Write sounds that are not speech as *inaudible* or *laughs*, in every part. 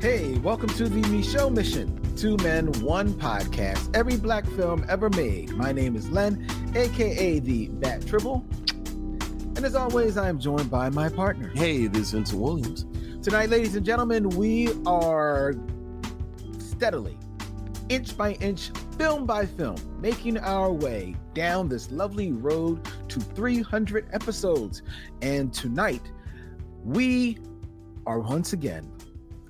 Hey, welcome to the Michelle Mission, Two Men, One Podcast, every black film ever made. My name is Len, aka the Bat Tribble. And as always, I am joined by my partner. Hey, this is Vincent Williams. Tonight, ladies and gentlemen, we are steadily, inch by inch, film by film, making our way down this lovely road to 300 episodes. And tonight, we are once again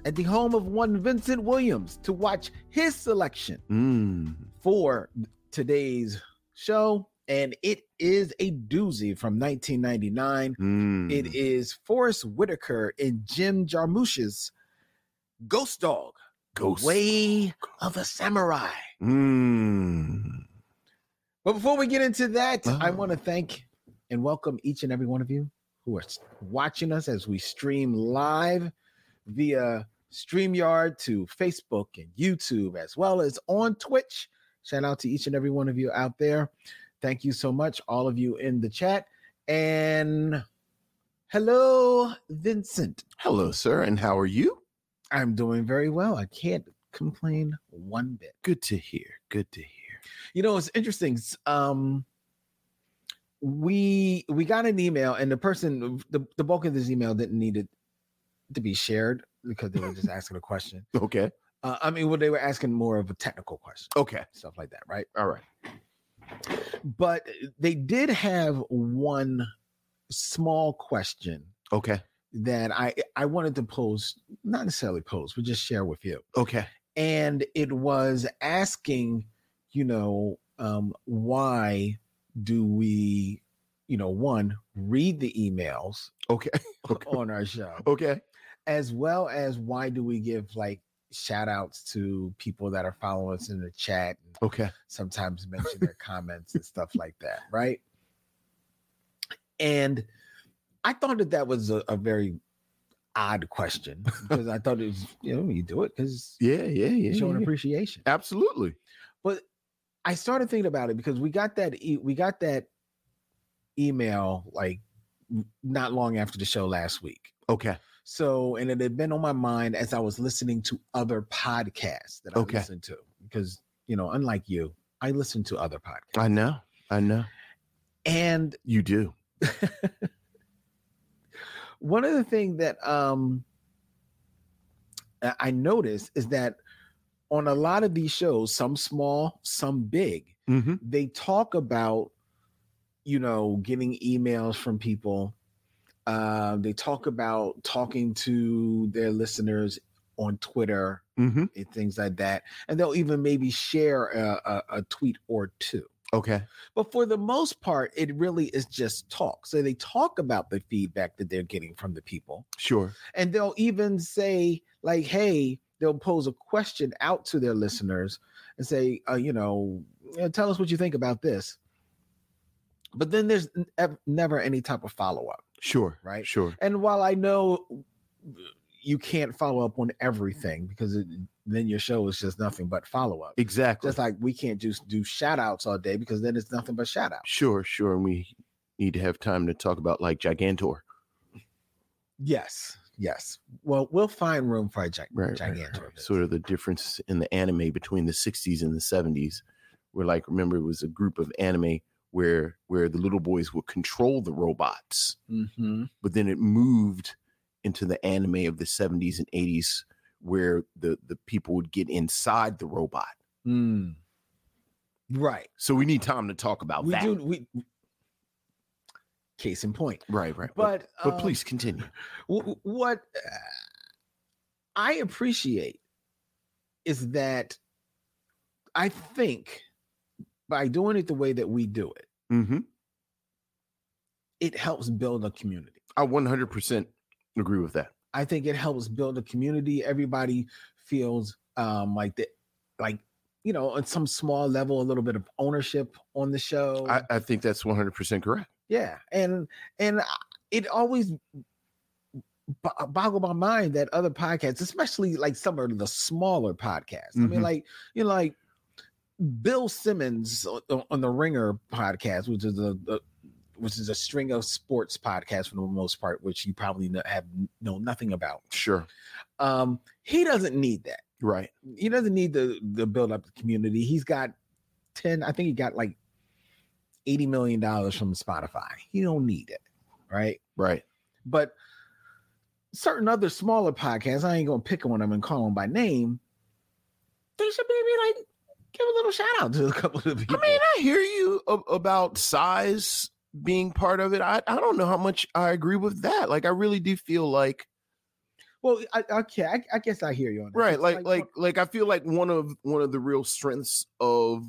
at the home of one Vincent Williams to watch his selection Mm. for today's show. And it is a doozy from 1999. Mm. It is Forrest Whitaker and Jim Jarmusch's Ghost Dog, Ghost. Way of a Samurai. Mm. But before we get into that, I Oh. want to thank and welcome each and every one of you who are s- watching us as we stream live via StreamYard to Facebook and YouTube, as well as on Twitch. Shout out to each and every one of you out there. Thank you so much, all of you in the chat. And hello, Vincent. Hello, sir, and how are you? I'm doing very well. I can't complain one bit. Good to hear. Good to hear. You know, it's interesting. s- Um, we we got an email, and the person, the, the bulk of this email didn't need it to be shared because they were just asking a question. Okay. Uh, I mean, well, they were asking more of a technical question, Okay. stuff like that, right? All right. But they did have one small question Okay. that I I wanted to pose, not necessarily pose, but just share with you. Okay. and it was asking you know um why do we you know one read the emails Okay. *laughs* Okay. on our show Okay. as well as why do we give like shout outs to people that are following us in the chat and Okay. sometimes mention *laughs* their comments and stuff like that right and i thought that that was a, a very odd *laughs* question because i thought it was you know you do it because Yeah. Yeah. Yeah. showing yeah. appreciation Absolutely. but I started thinking about it because we got that e- we got that email like n- not long after the show last week. Okay. So and it had been on my mind as I was listening to other podcasts that I Okay. listened to because you know unlike you, I listen to other podcasts I know. I know. and You do. one of the things that um I- I noticed is that on a lot of these shows, some small, some big, Mm-hmm. they talk about you know getting emails from people uh, they talk about talking to their listeners on twitter Mm-hmm. and things like that and they'll even maybe share a, a, a tweet or two Okay. but for the most part it really is just talk so they talk about the feedback that they're getting from the people Sure. and they'll even say like hey they'll pose a question out to their listeners and say uh, you know "Yeah, tell us what you think about this but then there's n- ev- never any type of follow-up Sure. Right. Sure. and while i know you can't follow up on everything because it, then your show is just nothing but follow-up Exactly. just like we can't just do shout outs all day because then it's nothing but shout outs sure. Sure. And we need to have time to talk about like Gigantor. yes yes well we'll find room for a gi- right, right, gigantor right. sort of the difference in the anime between the 60s and the 70s where like remember it was a group of anime where where the little boys would control the robots hmm but then it moved into the anime of the 70s and 80s where the the people would get inside the robot Mm. Right. so we need time to talk about we that do. We case in point. right right but But but um, please continue w- what uh, I appreciate is that I think by doing it the way that we do it, mm-hmm. it helps build a community. i 100% agree with that I think it helps build a community. Everybody feels um like that, like you know, on some small level, a little bit of ownership on the show. i, I think that's 100% correct Yeah, and and I- it always b- boggled my mind that other podcasts, especially like some of the smaller podcasts. I mean, Mhm. like you know, like Bill Simmons on, on the Ringer podcast, which is a, a which is a string of sports podcasts for the most part, which you probably kn- have know nothing about. Sure. Um, he doesn't need that. Right. He doesn't need the the build up community. He's got ten. I think he got like eighty million dollars from Spotify. He don't need it, right? Right. But certain other smaller podcasts, I ain't gonna pick one of them and call them by name. They should maybe like give a little shout out to a couple of people. I mean, I hear you a- about size being part of it. I, I don't know how much I agree with that. Like, I really do feel like well, I, okay, I, I guess I hear you on that. right It's like like like i feel like one of one of the real strengths of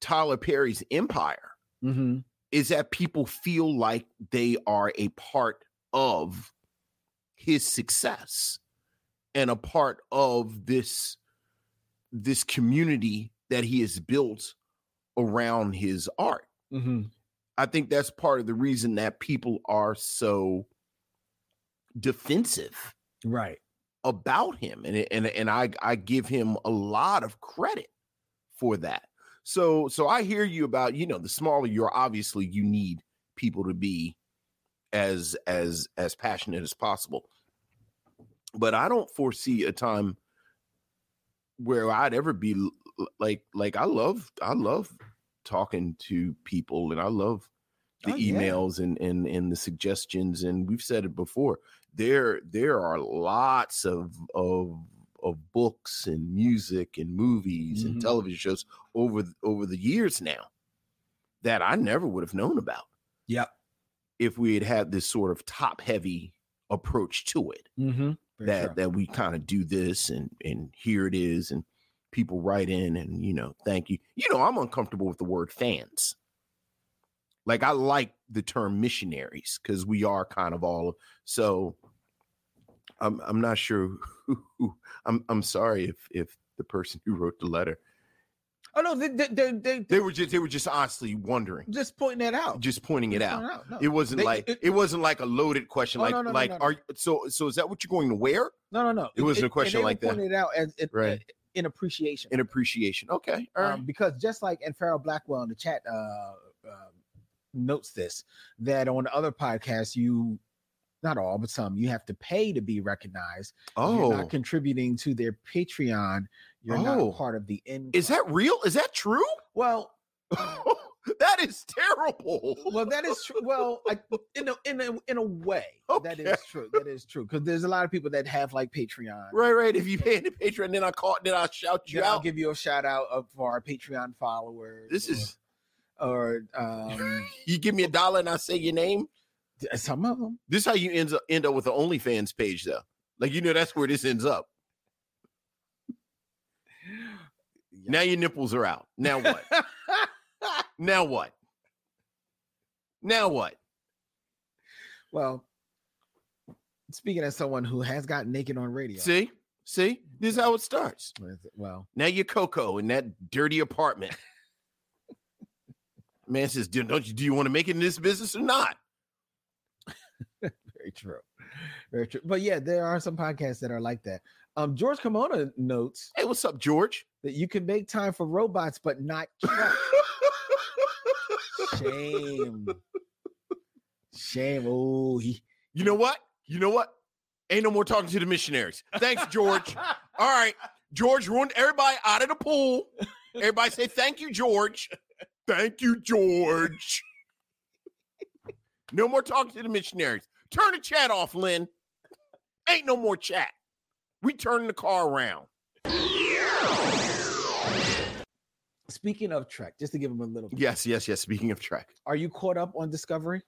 tyler perry's empire Mhm. is that people feel like they are a part of his success and a part of this this community that he has built around his art Mhm. I think that's part of the reason that people are so defensive right. about him and it- and and I I give him a lot of credit for that. So so I hear you about you know the smaller you're obviously you need people to be as as as passionate as possible. But I don't foresee a time where I'd ever be l- l- like like I love I love talking to people and I love the Oh, yeah. emails and and and the suggestions and we've said it before there there are lots of of of books and music and movies Mhm. and television shows over th- over the years now that I never would have known about Yep. if we had had this sort of top heavy approach to it Mm-hmm. that that we kind of do this and and here it is and people write in and you know thank you you know i'm uncomfortable with the word fans like i like the term missionaries because we are kind of all so i'm i'm not sure who, who i'm i'm sorry if if the person who wrote the letter oh no, they they, they, they, they were just they were just honestly wondering just pointing that out. just pointing it out Pointing out, no. it wasn't They- like it- it wasn't like a loaded question Oh, like no, no, no, like no, no. are you so so is that what you're going to wear No, no, no. It wasn't a and question they like were that. Pointed it out as it, Right. in appreciation. in uh-huh. appreciation okay all right um, because just like and Farrell Blackwell in the chat uh, uh, notes this that on other podcasts you not all but some you have to pay to be recognized. oh You're not contributing to their Patreon. You're Oh. not part of the end. Is that real? Is that true? *laughs* well? that is terrible. Well, that is true. Well, I, in a in a in a way, that Okay. is true. That is true because there's a lot of people that have like Patreon. Right, right. If you pay into Patreon, then I call, then I shout you Then I'll out. give you a shout out of for our Patreon followers. This is or, or um, *laughs* you give me a dollar and I say your name. some of them. This is how you ends up end up with the OnlyFans page though. Like you know, that's where this ends up. Now your nipples are out. *laughs* Now what? now what? Now what? well, speaking as someone who has gotten naked on radio, See, see, this is how it starts. well, *laughs* Now you're Coco in that dirty *laughs* apartment. Man says, "Do- "Don't you? Do you want to make it in this business or not?" very true, very true. But yeah, there are some podcasts that are like that. Um, George Kimona notes Hey, what's up, George? that you can make time for robots, but not Trump. shame, shame. Oh, *laughs* he you know what? You know what? Ain't no more talking to the missionaries. Thanks, George. *laughs* All right. George ruined everybody out of the pool. Everybody say thank you, George. Thank you, George. No more talking to the missionaries. Turn the chat off, Lynn. Ain't no more chat. We turning the car around. Speaking of Trek, just to give him a little, Yes, yes, yes. Speaking of track, are you caught up on Discovery?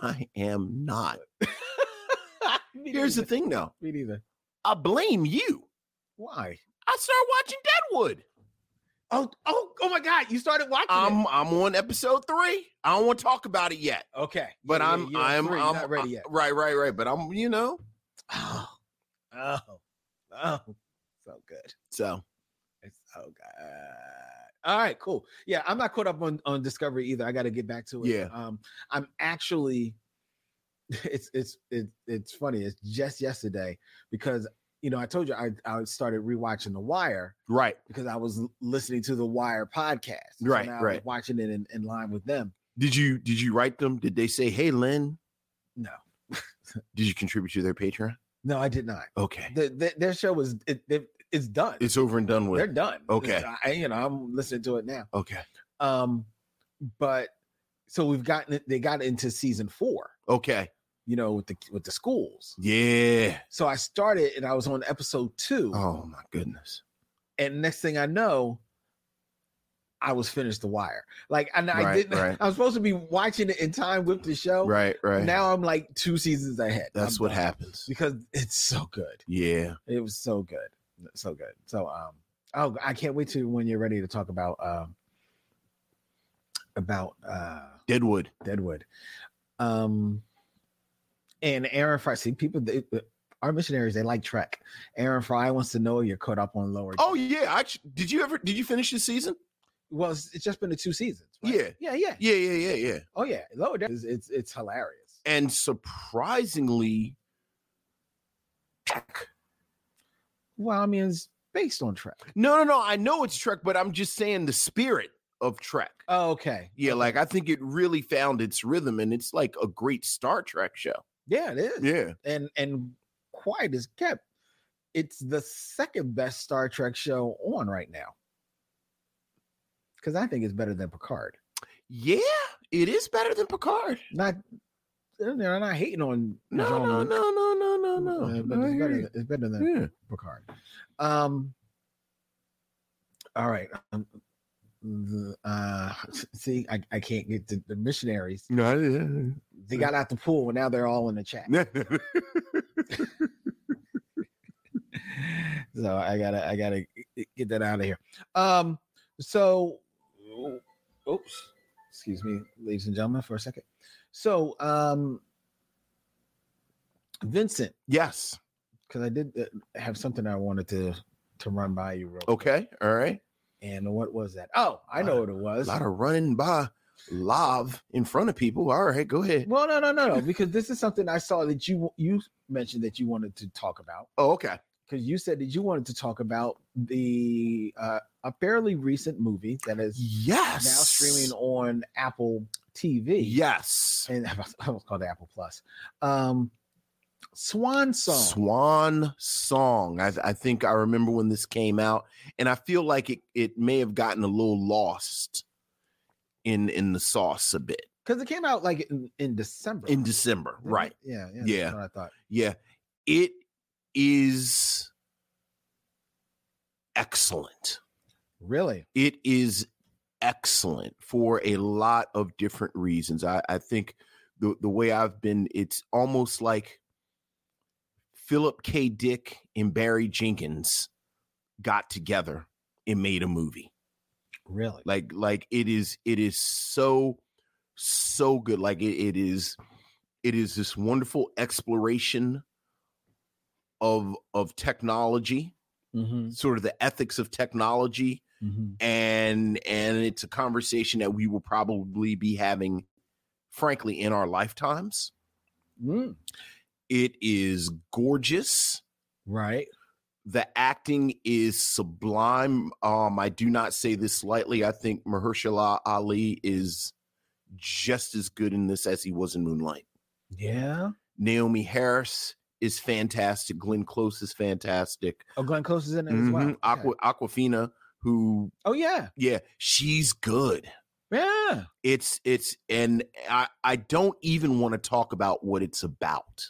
I am not. *laughs* Me Here's the neither. thing, though. me neither. I blame you. Why? I started watching Deadwood. Oh, oh, oh my God! You started watching. it. I'm I'm on episode three. I don't want to talk about it yet. Okay, But Yeah, yeah, I'm you're I'm three, I'm not ready yet. I- right, right, right. But I'm you know Oh, oh, oh, so good. so It's so good. All right, cool. Yeah, I'm not caught up on on Discovery either. I got to get back to it. Yeah. Um, I'm actually. *laughs* It's it's it, it's funny. It's just yesterday because you know I told you I I started rewatching The Wire right, because I was l- listening to The Wire podcast. So Right, now I was right. watching it in, in line with them. Did you did you write them? Did they say, "Hey, Lynn"? No. *laughs* did you contribute to their Patreon? No, I did not. Okay, The, the, their show is it, it, it's done. it's over and done with. They're done. Okay. I, you know, I'm listening to it now. okay, Um, but so we've gotten it- they got into season four, okay, you know, with the with the schools. yeah. So I started and I was on episode two, Oh my goodness. and next thing I know, I was finished the wire. Like, and I Right, didn't. *laughs* right. I was supposed to be watching it in time with the show. Right, right. Oh, Now I'm like two seasons ahead. that's I'm what done. happens. because it's so good. Yeah. It was so good, so good. So um, oh, I can't wait to when you're ready to talk about um about uh Deadwood. Deadwood. Um, and Aaron Fry. See, people, they, uh, our missionaries, they like Trek. Aaron Fry wants to know if you're caught up on Lower. Oh yeah. I actu- did you ever did you finish the season? well, it's, it's just been the two seasons. Yeah. Yeah. Yeah. Yeah, yeah, yeah, yeah. Oh yeah. Lower Deck is it's it's hilarious. And surprisingly, Trek. Well, I mean, it's based on Trek. No, no, no. I know it's Trek, but I'm just saying the spirit of Trek. Oh, okay. Yeah, like I think it really found its rhythm, and it's like a great Star Trek show. Yeah, it is. Yeah. And and quiet is kept. It's the second best Star Trek show on right now. Because I think it's better than Picard. Yeah, it is better than Picard. Not, they're not hating on No, no, Jean-Luc. no, no, no, no, no. Uh, but I it's, hear better, you. than- it's better than Yeah. Picard. Um. All right. Um, the, uh, *laughs* see, I, I can't get to the missionaries. No, I- They got out the pool, and now they're all in the chat. *laughs* yeah. *laughs* so I gotta I gotta get that out of here. Um. So, oops. Excuse me, ladies and gentlemen, for a second. So, um, Vincent, yes. because I did uh, have something I wanted to to run by you real Okay. All right. And what was that? Oh, I know what it A was. lot of running by love in front of people. All right, go ahead. Well, no, no, no, no, because this is something I saw that you you mentioned that you wanted to talk about Oh, okay. because you said that you wanted to talk about the uh, a fairly recent movie that is now Yes. streaming on Apple TV. Yes. and *laughs* I was called Apple Plus. Um, Swan Song. Swan Song. I, I think I remember when this came out, and I feel like it it may have gotten a little lost in in the sauce a bit because it came out like in, in December. in December. didn't it? Right. Yeah. Yeah. Yeah. That's what I thought. Yeah. It is excellent. Really? It is excellent for a lot of different reasons. I, I think the, the way I've been, it's almost like Philip K. Dick and Barry Jenkins got together and made a movie. Really? Like, like it is, it is so, so good. Like it, it is, it is this wonderful exploration of of technology, Mhm, sort of the ethics of technology, mhm. and and it's a conversation that we will probably be having frankly in our lifetimes Mm, it is gorgeous Right. the acting is sublime um i do not say this lightly i think mahershala ali is just as good in this as he was in moonlight Yeah. naomi harris is fantastic glenn close is fantastic Oh, Glenn Close is in it as well. Mhm. Okay. Aqua, aquafina who Oh yeah, yeah she's good yeah. it's it's and i i don't even want to talk about what it's about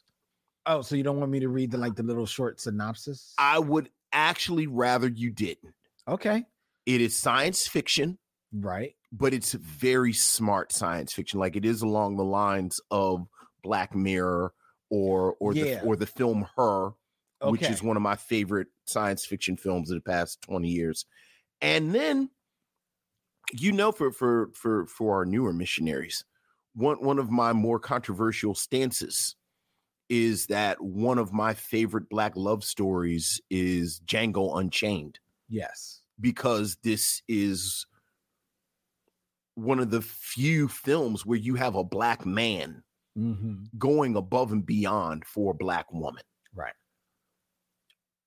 Oh, so you don't want me to read the like the little short synopsis? i would actually rather you didn't okay, it is science fiction right. but it's very smart science fiction like it is along the lines of black mirror or or Yeah. the or the film her Okay. which is one of my favorite science fiction films of the past 20 years and then you know for for for for our newer missionaries one one of my more controversial stances is that one of my favorite black love stories is Django Unchained yes. because this is one of the few films where you have a black man Mm-hmm. going above and beyond for a black woman. Right.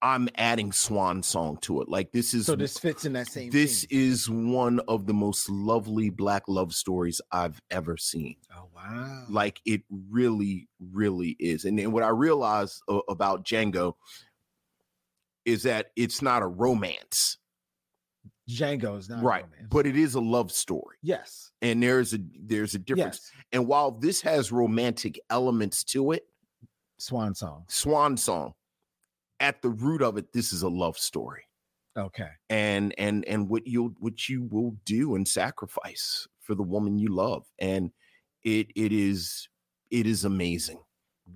I'm adding swan song to it. Like this is So this fits in that same. this theme. is one of the most lovely black love stories I've ever seen. Oh wow! Like it really, really is. And then what I realized a- about Django is that it's not a romance, Django is not right? romance. But it is a love story, yes, and there's a there's a difference. yes, And while this has romantic elements to it, swan song. Swan Song, at the root of it, this is a love story. Okay, and and and what you'll what you will do and sacrifice for the woman you love and it it is it is amazing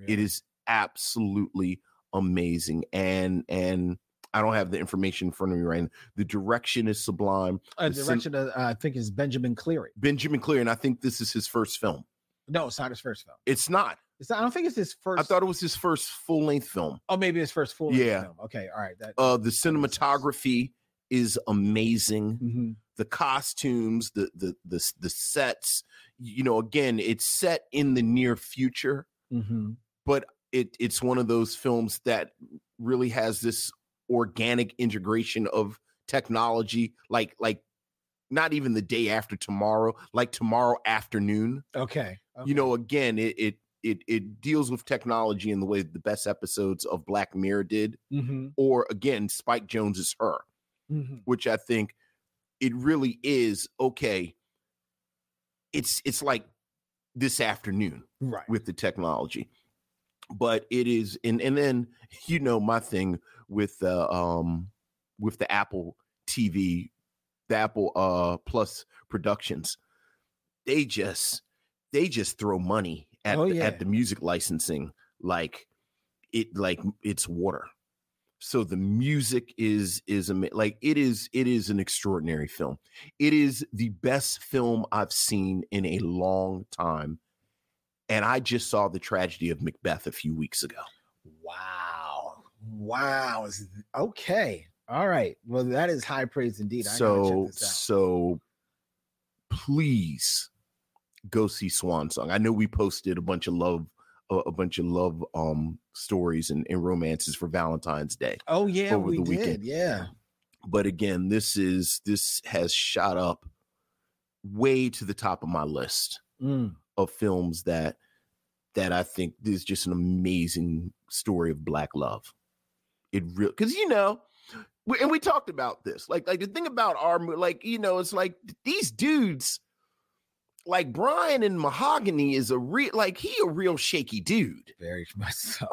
it Yeah. is absolutely amazing and and i don't have the information in front of me right now the direction is sublime a the sim- direction. of, uh, I think is Benjamin Cleary. benjamin clear and i think this is his first film No, it's not his first film. it's not It's not, I don't think it's his first. i thought it was his first full-length film Oh, maybe his first full. length Yeah. Film. Okay. All right. That. uh the cinematography is amazing Mhm. the costumes, the the the s- the sets. You know, again, it's set in the near future. Mhm. It it's one of those films that really has this organic integration of technology, like like not even the day after tomorrow, like tomorrow afternoon. Okay. okay. You know, again, it it it it deals with technology in the way the best episodes of Black Mirror did, Mhm. or again, Spike Jones is her Mhm. which I think it really is okay. It's it's like this afternoon Right. with the technology, but it is and and then you know my thing with uh, um with the Apple TV, the Apple uh Plus Productions, they just they just throw money at Oh, the, yeah. at the music licensing like it like it's water so the music is is ama- like it is it is an extraordinary film it is the best film i've seen in a long time and i just saw the tragedy of macbeth a few weeks ago Wow. Wow. Is- Okay. All right. Well, that is high praise indeed. I gotta so check this out. so please go see swan song i know we posted a bunch of love a, a bunch of love um stories and, and romances for valentine's day Oh yeah, over we the did. weekend. Yeah. but again this is this has shot up way to the top of my list Mm. of films that that i think is just an amazing story of black love it real because you know we, and we talked about this like like the thing about our mo- like you know it's like these dudes like brian and mahogany is a real like he a real shaky dude Very *laughs* much so.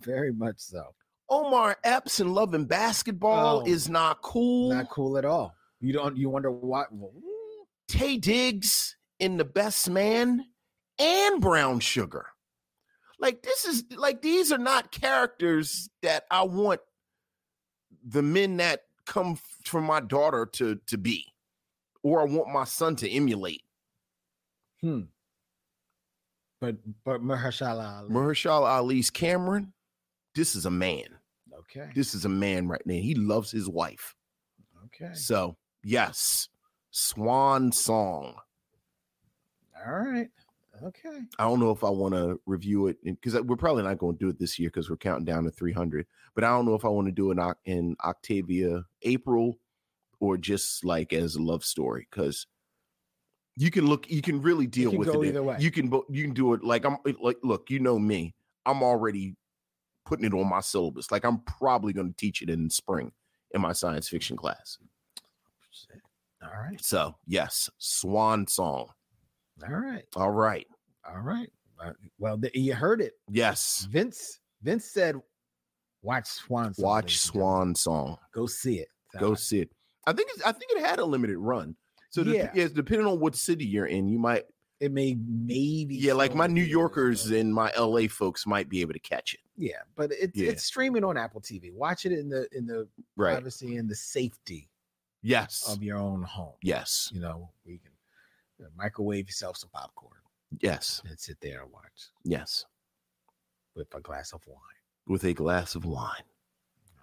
Very much so. omar epps and love and basketball Oh. is not cool Not cool at all. You don't. You wonder why? Ooh, Tay Diggs in The Best Man and Brown Sugar. Like this is like these are not characters that I want the men that come f- from my daughter to to be or I want my son to emulate. Hmm. But but Mahershala. Ali. Mahershala Ali's Cameron, this is a man. Okay. This is a man right now. He loves his wife. Okay. So, yes. Swan song. All right. Okay. I don't know if I want to review it because we're probably not going to do it this year because we're counting down to 300. But I don't know if I want to do it in Oc- in Octavia April or just like as a love story because you can look, you can really deal can with go it. either way. You can bo- you can do it like I'm it- like look, you know me, I'm already putting it on my syllabus. Like I'm probably going to teach it in spring in my science fiction class. All right. So yes, Swan Song. All right. All right, All right. Uh, Well, th- you heard it. yes, Vince. Vince said, "Watch Swan. Song, watch ladies and gentlemen. Swan Song. Go see it. Uh, go see it. I think it's, I think it had a limited run. So dep- Yeah. yes, depending on what city you're in, you might It may maybe. yeah, like show my in New theaters, Yorkers eh, but- and my LA folks might be able to catch it. Yeah, but it's Yeah. it's streaming on Apple TV. Watch it in the in the Right. privacy and the safety yes. of your own home. yes. You know, we can you know, microwave yourself some popcorn Yes. and sit there and watch Yes. with a glass of wine. With a glass of wine.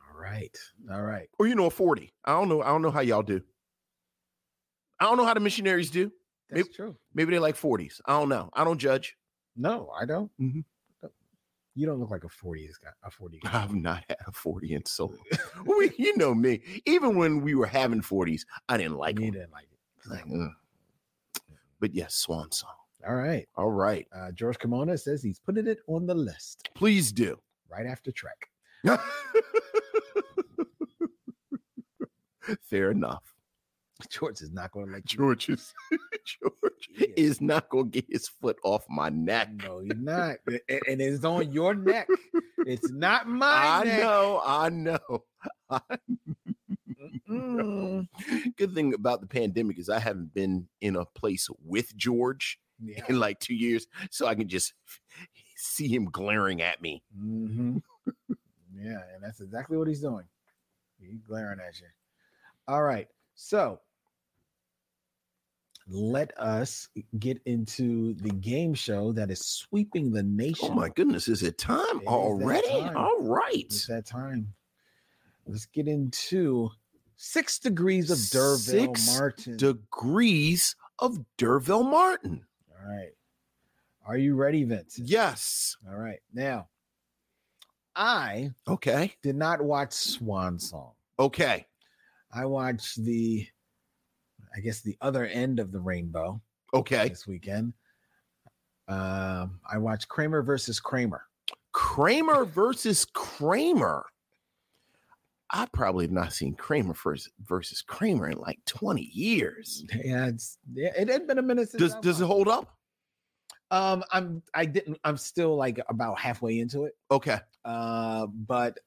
All right, all right. Or you know, a 40. I don't know. I don't know how y'all do. I don't know how the missionaries do. That's Maybe- true. Maybe they like 40s. I don't know. I don't judge. No, I don't. Mhm. You don't look like a 40s guy, a 40 guy. *laughs* I've not had a 40 in so long. *laughs* we, you know me. Even when we were having 40s, I didn't *laughs* like you it. didn't like it. But yes, Swan Song. All right. All right. Uh, George Kimona says he's putting it on the list Please do. *laughs* right after Trek. *laughs* Fair enough. George is not going to let you. George is *laughs* George Yeah. is not gonna get his foot off my neck. No, you're not. A- a- and it's on your *laughs* neck. It's not my I neck. know, I know. *laughs* Mm. Good thing about the pandemic is I haven't been in a place with George Yeah. in like two years, so I can just see him glaring at me. hmm yeah, and that's exactly what he's doing. He's glaring at you. All right, so let us get into the game show that is sweeping the nation. Oh my goodness, is it time It is that already? time. All right. It's that time. Let's get into six degrees of Derville Six Martin. Degrees of Derville Martin. All right, are you ready, Vince? Yes. All right, now I Okay. did not watch Swan Song. Okay. I watched the, I guess the other end of the rainbow Okay. this weekend. Um, I watched Kramer versus Kramer. Kramer versus Kramer. I probably have not seen Kramer versus, versus Kramer in like 20 years. Yeah, it's yeah, it had been a minute since. Does I does it watched hold up? Um, I'm I didn't. I'm still like about halfway into it. Okay. Uh, but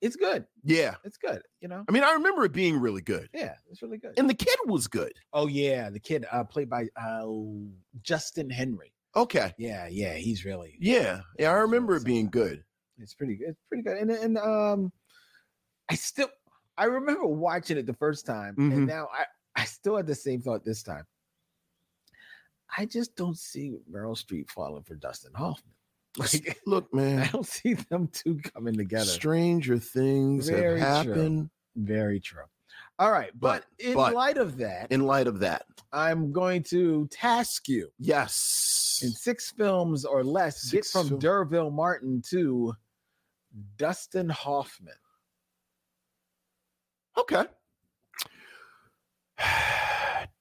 it's good. Yeah. It's good. You know. I mean, I remember it being really good. Yeah, it's really good. And the kid was good. Oh yeah, the kid uh, played by uh, Justin Henry. Okay. Yeah, yeah, he's really Yeah. Yeah, I remember it being good. It's pretty good. It's pretty good. And and um I still I remember watching it the first time Mhm. and now I I still had the same thought this time. I just don't see Meryl Streep falling for Dustin Hoffman. *laughs* Like Look, *laughs* I man. don't see them two coming together. Stranger things Very have true. happened. Very true. All right, but, But- in but- light of that, In light of that, I'm going to task you yes. in six films or less get Six from fil- Derville Martin to Dustin Hoffman. *sighs* Okay.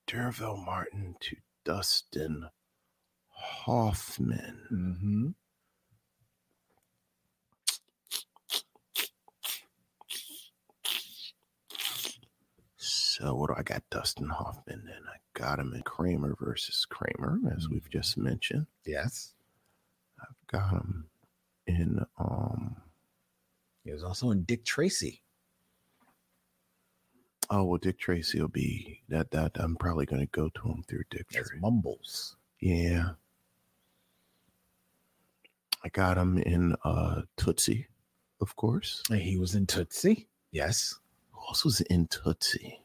Derville Martin to Dustin Hoffman. Mm-hmm. So what do I got? Dustin Hoffman, and I got him in Kramer versus Kramer, as we've just mentioned. Yes. I've got him in um. He was also in Dick Tracy. Oh well, Dick Tracy will be that. That I'm probably going to go to him through Dick as Tracy. Mumbles. Yeah. I got him in uh Tootsie, of course. And he was in Tootsie. Yes. Who else was in Tootsie?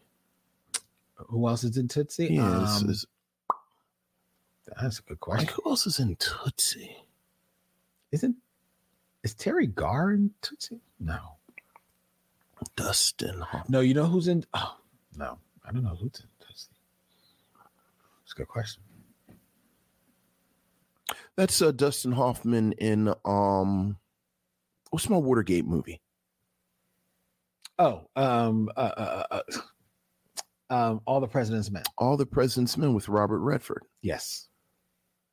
Who else is in Tootsie? Yeah, it's- Um, it's- that's a good like question. who else is in Tootsie? Isn't is Terry Garr in Tootsie? No. Dustin Hoffman. No, you know who's in oh no. I don't know who's in Tootsie. That's a good question. That's uh, Dustin Hoffman in um, what's my Watergate movie? Oh, um uh, uh, uh, uh, um All the President's Men. All the President's Men with Robert Redford. Yes.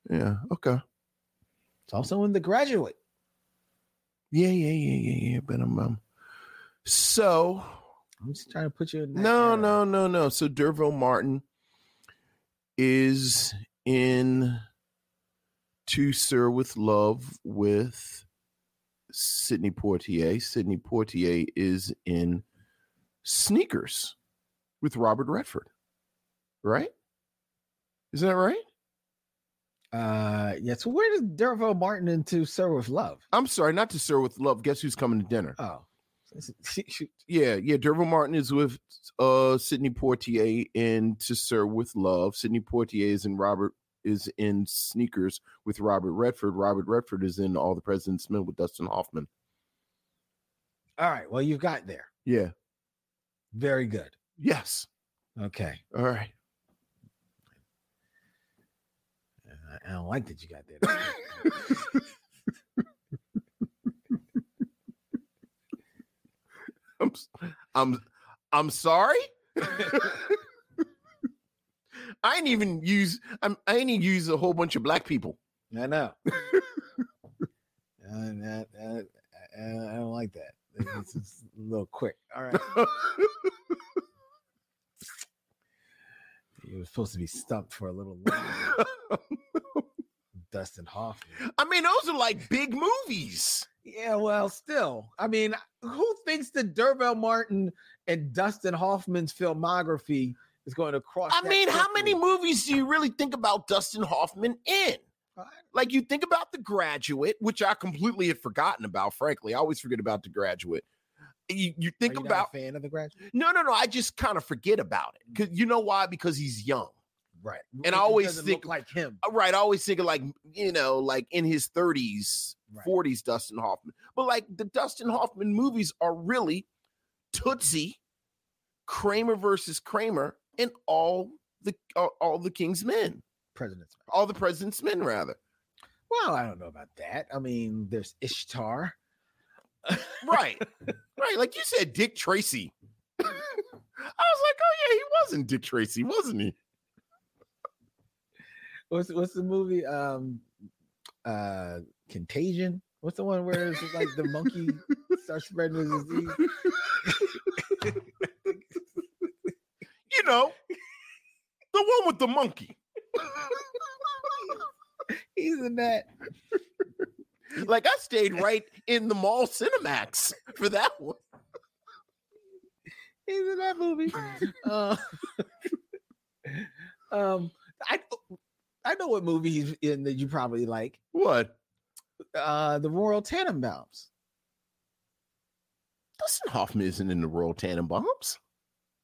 Yeah. Okay. It's also in The Graduate. Yeah. Yeah. Yeah. Yeah. Yeah. But I'm um. So I'm just trying to put you in that no, era. no, no, no. So Derville Martin is in To Sir with Love with Sidney Poitier. Sidney Poitier is in Sneakers with Robert Redford. Right? Is that right? Uh yeah, so where does Derville Martin into Sir with Love? I'm sorry, not to Sir with Love. Guess who's coming to dinner? Oh. *laughs* Yeah, yeah. Derville Martin is with uh Sidney Poitier in To Sir with Love. Sidney Poitier is in Robert is in Sneakers with Robert Redford. Robert Redford is in All the President's Men with Dustin Hoffman. All right. Well, you've got there. Yeah. Very good. Yes. Okay. All right. *laughs* Uh, I don't like that you got there. I'm I'm sorry. *laughs* I ain't even use I'm I ain't even use a whole bunch of black people. *laughs* I *laughs* know. I, I, I, I don't like that. It's just a little quick. All right. You were supposed to be stumped for a little longer. Dustin Hoffman. *laughs* I mean, those are like big movies. Yeah, well, still. I mean, who thinks that Durvell Martin and Dustin Hoffman's filmography is going to cross? I that mean, how quickly? many movies do you really think about Dustin Hoffman in? Right. Like you think about The Graduate, which I completely had forgotten about. Frankly, I always forget about The Graduate. You, you Are think you not about a fan of the graduate? no, no, no. I just kind of forget about it because you know why? Because he's young. Right. I It always doesn't think- look like him. Uh, Right. I always think of like you know, like in his thirties, Right. forties, Dustin Hoffman. But like the Dustin Hoffman movies are really Tootsie, Kramer versus Kramer, and all the all, all the King's Men, President's Man. all the President's Men, rather. Well, I don't know about that. I mean, there's Ishtar. Right. *laughs* right. Like you said, Dick Tracy. *laughs* I was like, oh yeah, he wasn't Dick Tracy, wasn't he? What's what's the movie? Um uh Contagion. What's the one where it's like the monkey starts spreading his disease? You know, the one with the monkey. He's in that. Like I stayed right in the mall Cinemax for that one. He's in that movie. Uh, *laughs* um, I I know what movie he's in that you probably like. What? Uh, the Royal Tannenbaums. Dustin Hoffman isn't in the Royal Tannenbaums.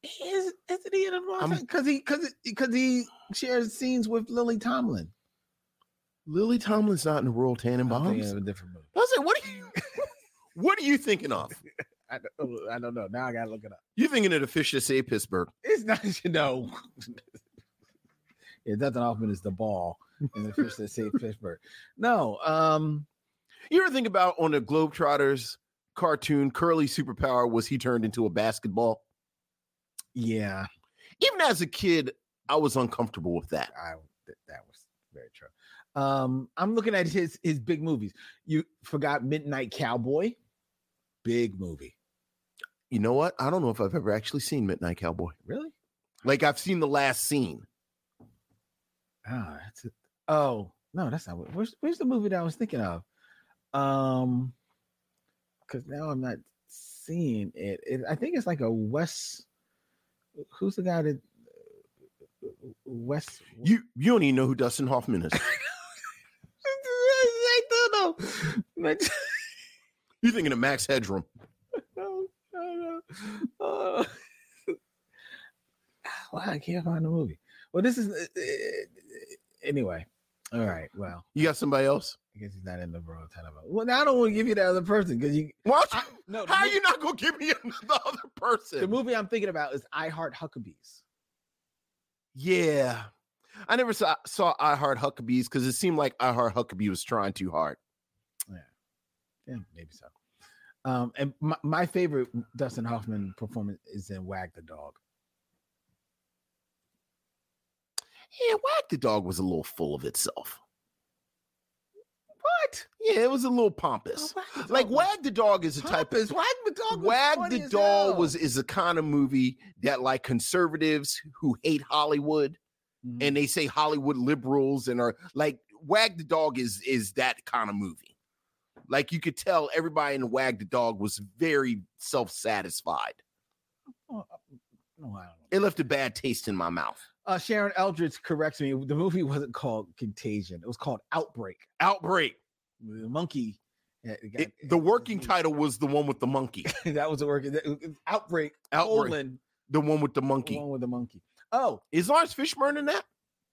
He Is isn't he in the Royal I'm- Because he because because he shares scenes with Lily Tomlin. Lily Tomlin's not in the Royal I'm thinking Tannenbaums. of a different movie. I was like, what are you? *laughs* what are you thinking of? I don't, I don't know. Now I gotta look it up. *laughs* You thinking of the fish that say Pittsburgh? It's not you know. yeah, Dustin Hoffman is the ball and the fish that *laughs* saved Pittsburgh. No, um, You ever think about on the Globetrotters cartoon, Curly's superpower was he turned into a basketball? yeah, Even as a kid, I was uncomfortable with that. I that, that was very true. Um, I'm looking at his his big movies. You forgot Midnight Cowboy, big movie. You know what? I don't know if I've ever actually seen Midnight Cowboy. Really? Like I've seen the last scene. Oh, that's it. Oh no, that's not. What, where's where's the movie that I was thinking of? Um, because now I'm not seeing it. it. I think it's like a Wes. Who's the guy that Wes? You *laughs* you don't even know who Dustin Hoffman is. *laughs* I don't know. You're thinking of Max Headroom. no, no, no. *laughs* Uh, wow, I can't find the movie. Well, this is uh, uh, anyway. All right. Well, You got somebody else? I guess he's not in the Royal Tenenbaums. Well, now I don't want to give you the other person because you. Why don't you- I, no, the, How are mo- you not gonna give me *laughs* another other person? the movie I'm thinking about is I Heart Huckabees. Yeah. I never saw saw I Heart Huckabees because it seemed like I Heart Huckabee was trying too hard. Yeah, maybe so. Um, and my, my favorite Dustin Hoffman performance is in Wag the Dog. Yeah, Whack the Dog was a little full of itself. What? Yeah, it was a little pompous. Oh, Like Oh, Wag the Dog is a type of is Wag the Dog. was Wag funny the as Dog hell. was is a kind of movie that like conservatives who hate Hollywood Mhm. and they say Hollywood liberals and are like Wag the Dog is is that kind of movie. Like you could tell everybody in Wag the Dog was very self-satisfied. Oh, no, I don't know. It left a bad taste in my mouth. Uh, Sharon Eldridge corrects me. The movie wasn't called Contagion. It was called Outbreak. Outbreak. The monkey. had- got- eh, It- *laughs* the working title was the one with the *laughs* monkey. that was the working that- it was Outbreak. Outbreak. Poland, The one with the the monkey. one with the monkey. Oh Is Lawrence Fishburne in that?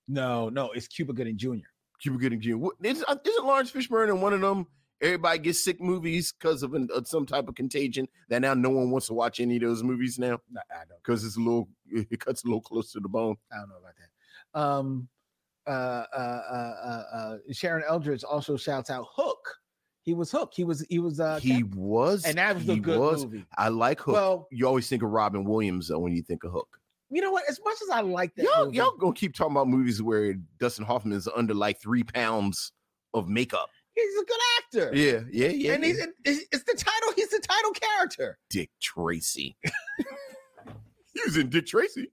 no, no, it's Cuba Gooding Jr. Cuba Gooding Jr. What- Isn't, uh, isn't Lawrence Fishburne in one of them? Everybody gets sick movies because of an, uh, some type of contagion that now no one wants to watch any of those movies now No, I don't. because it's a little, *laughs* it cuts a little close to the bone. I don't know about that. Um, uh, uh, uh, uh, uh, Sharon Eldridge also shouts out Hook He was hooked. He was he was uh he was, and that was a he good was. movie. I like Hook. Well, you always think of Robin Williams though when you think of Hook. you know what? As much as I like that, Y'all, movie, y'all gonna keep talking about movies where Dustin Hoffman's under like three pounds of makeup. he's a good actor. Yeah, yeah, yeah. and yeah. he's it- it's it's the title. He's the title character. Dick *laughs* Tracy. he was in Dick Tracy.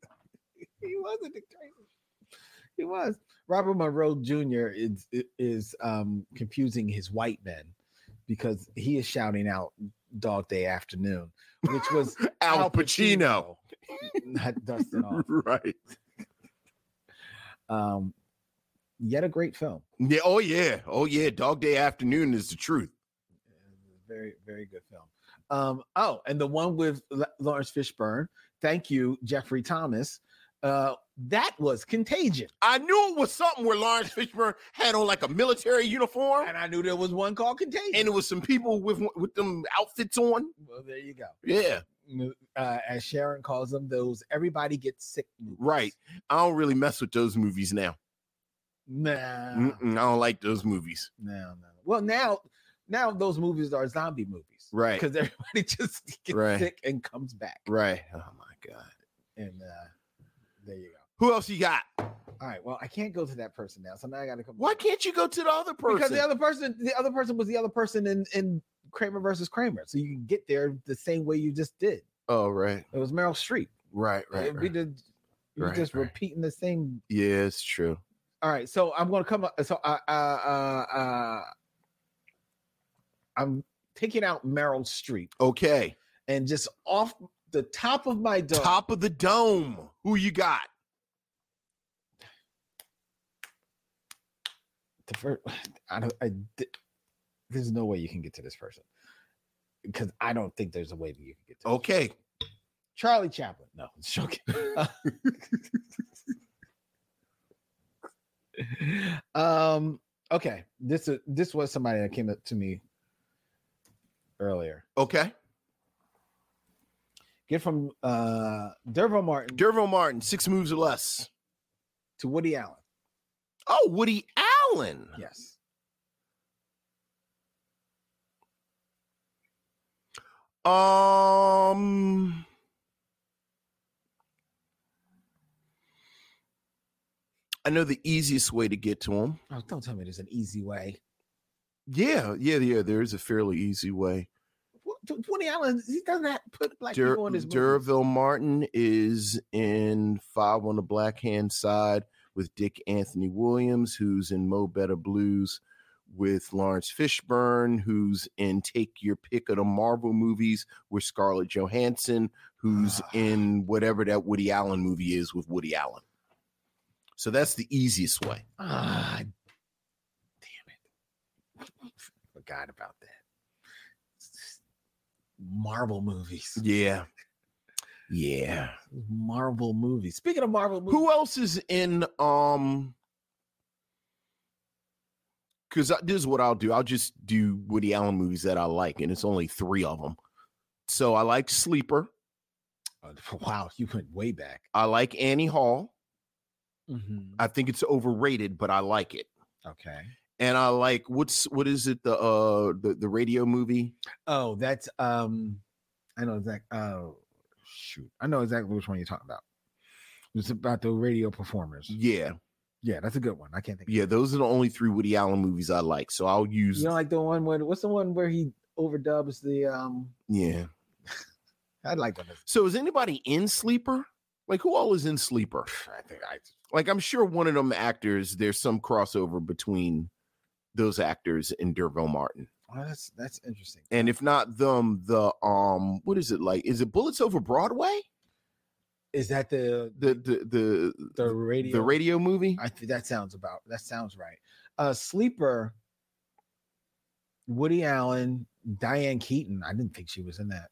He was a Dick Tracy. He was. Robert Monroe Jr. is is um confusing his white men because he is shouting out "Dog Day Afternoon," which was Al, Pacino. *laughs* not Dustin off. *laughs* right. Um, yet a great film. Yeah. Oh yeah. Oh yeah. Dog Day Afternoon is the truth. Very, very good film. Um, oh, and the one with La- Lawrence Fishburne. Thank you, Jeffrey Thomas. Uh, that was Contagion, I knew it was something where Lawrence Fishburne had on like a military uniform, and I knew there was one called Contagion. and it was some people with with them outfits on. well, there you go. Yeah. Uh, as Sharon calls them, those everybody gets sick. movies. Right. I don't really mess with those movies now. Nah, Mm-mm, I don't like those movies. no, no. Well, now, now those movies are zombie movies, Right. Because everybody *laughs* just gets Right. sick and comes back, Right. Oh my god. and uh, there you go. Who else you got? All right. Well, I can't go to that person now, so now I got to come. Why can't you go to the other person? Because the other person, the other person was the other person in in Kramer versus Kramer, so you can get there the same way you just did. oh right, It was Meryl Streep. right, right. It'd be right. the you're Right, just right. repeating the same. yeah, it's true. All right, so I'm going to come. up- So uh, uh, uh, uh, I'm taking out Meryl Streep Okay, and just off the top of my dome. top of the dome. Who you got? the first *sighs* I don't I di- there's no way you can get to this person because I don't think there's a way that you can get to this Okay, Charlie Chaplin. No, it's joking. *laughs* um. Okay. This is this was somebody that came up to me earlier. okay. Get from uh Dervo Martin Dervo Martin, six moves or less. to Woody Allen. Oh, Woody Allen. Yes. Um. I know the easiest way to get to him. Oh, don't tell me there's an easy way. Yeah, yeah, yeah. There is a fairly easy way. Wo- Woody Allen, he doesn't have to put black Dur- people in his movies. Durville Martin is in Five on the Black Hand Side with Dick Anthony Williams, who's in Mo Better Blues with Lawrence Fishburne, who's in Take Your Pick of the Marvel movies with Scarlett Johansson, *sighs* who's in whatever that Woody Allen movie is with Woody Allen. So that's the easiest way. Ah, damn it. *laughs* Forgot about that. Marvel movies. Yeah. Yeah. Marvel movies. Speaking of Marvel movies, Who else is in um cuz this is what I'll do. I'll just do Woody Allen movies that I like and it's only 3 of them. So I like Sleeper, Oh, *laughs* wow, you went way back. I like Annie Hall. Mm-hmm. I think it's overrated but I like it. Okay. And I like what's what is it the uh the, the radio movie? Oh, that's um, I know exactly. Oh, shoot, I know exactly which one you're talking about. It's about the radio performers. Yeah. Yeah, that's a good one. I can't think. Yeah, those are the only 3 Woody Allen movies I like. So I'll use You know, like the one where what's the one where he overdubs the um? yeah. I like that. one. So is anybody in Sleeper? Like who all is in Sleeper? *sighs* I think I like I'm sure one of them actors, there's some crossover between those actors and Derville Martin. Well, Oh, that's that's interesting. And if not them, the um, what is it like? Is it Bullets Over Broadway? Is that the The the the the radio? the radio movie? I think that sounds about. That sounds right. Uh, sleeper. Woody Allen, Diane Keaton. I didn't think she was in that.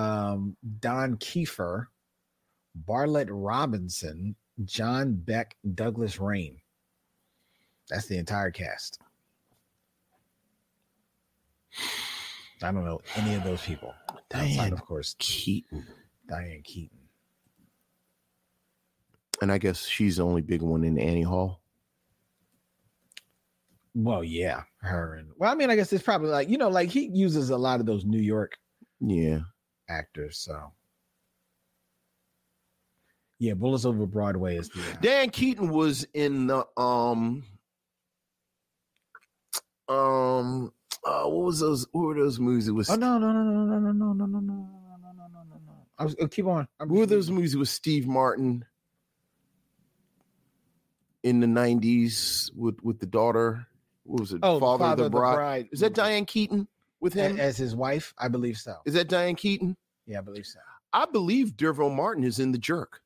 Um, Don Kiefer, Barlett Robinson, John Beck, Douglas Rain. That's the entire cast. I don't know any of those people. Outside, Diane of course, Keaton. Diane Keaton. And I guess she's the only big one in Annie Hall. Well, yeah, her and well, I mean, I guess it's probably like you know, like he uses a lot of those New York Yeah. actors. So yeah, Bullets Over Broadway is the uh, Dan Keaton was in the um um uh, what was those what were those movies it was oh no no no no no no no no no no no no no no no no. I was uh, keep on. I'm what were those movies with Steve Martin in the nineties with with the daughter what was it Oh, Father, Father of the Bride. is that Diane Keaton with A- him as his wife? I believe so. is that Diane Keaton Yeah, I believe so. I believe Dervo Martin is in the jerk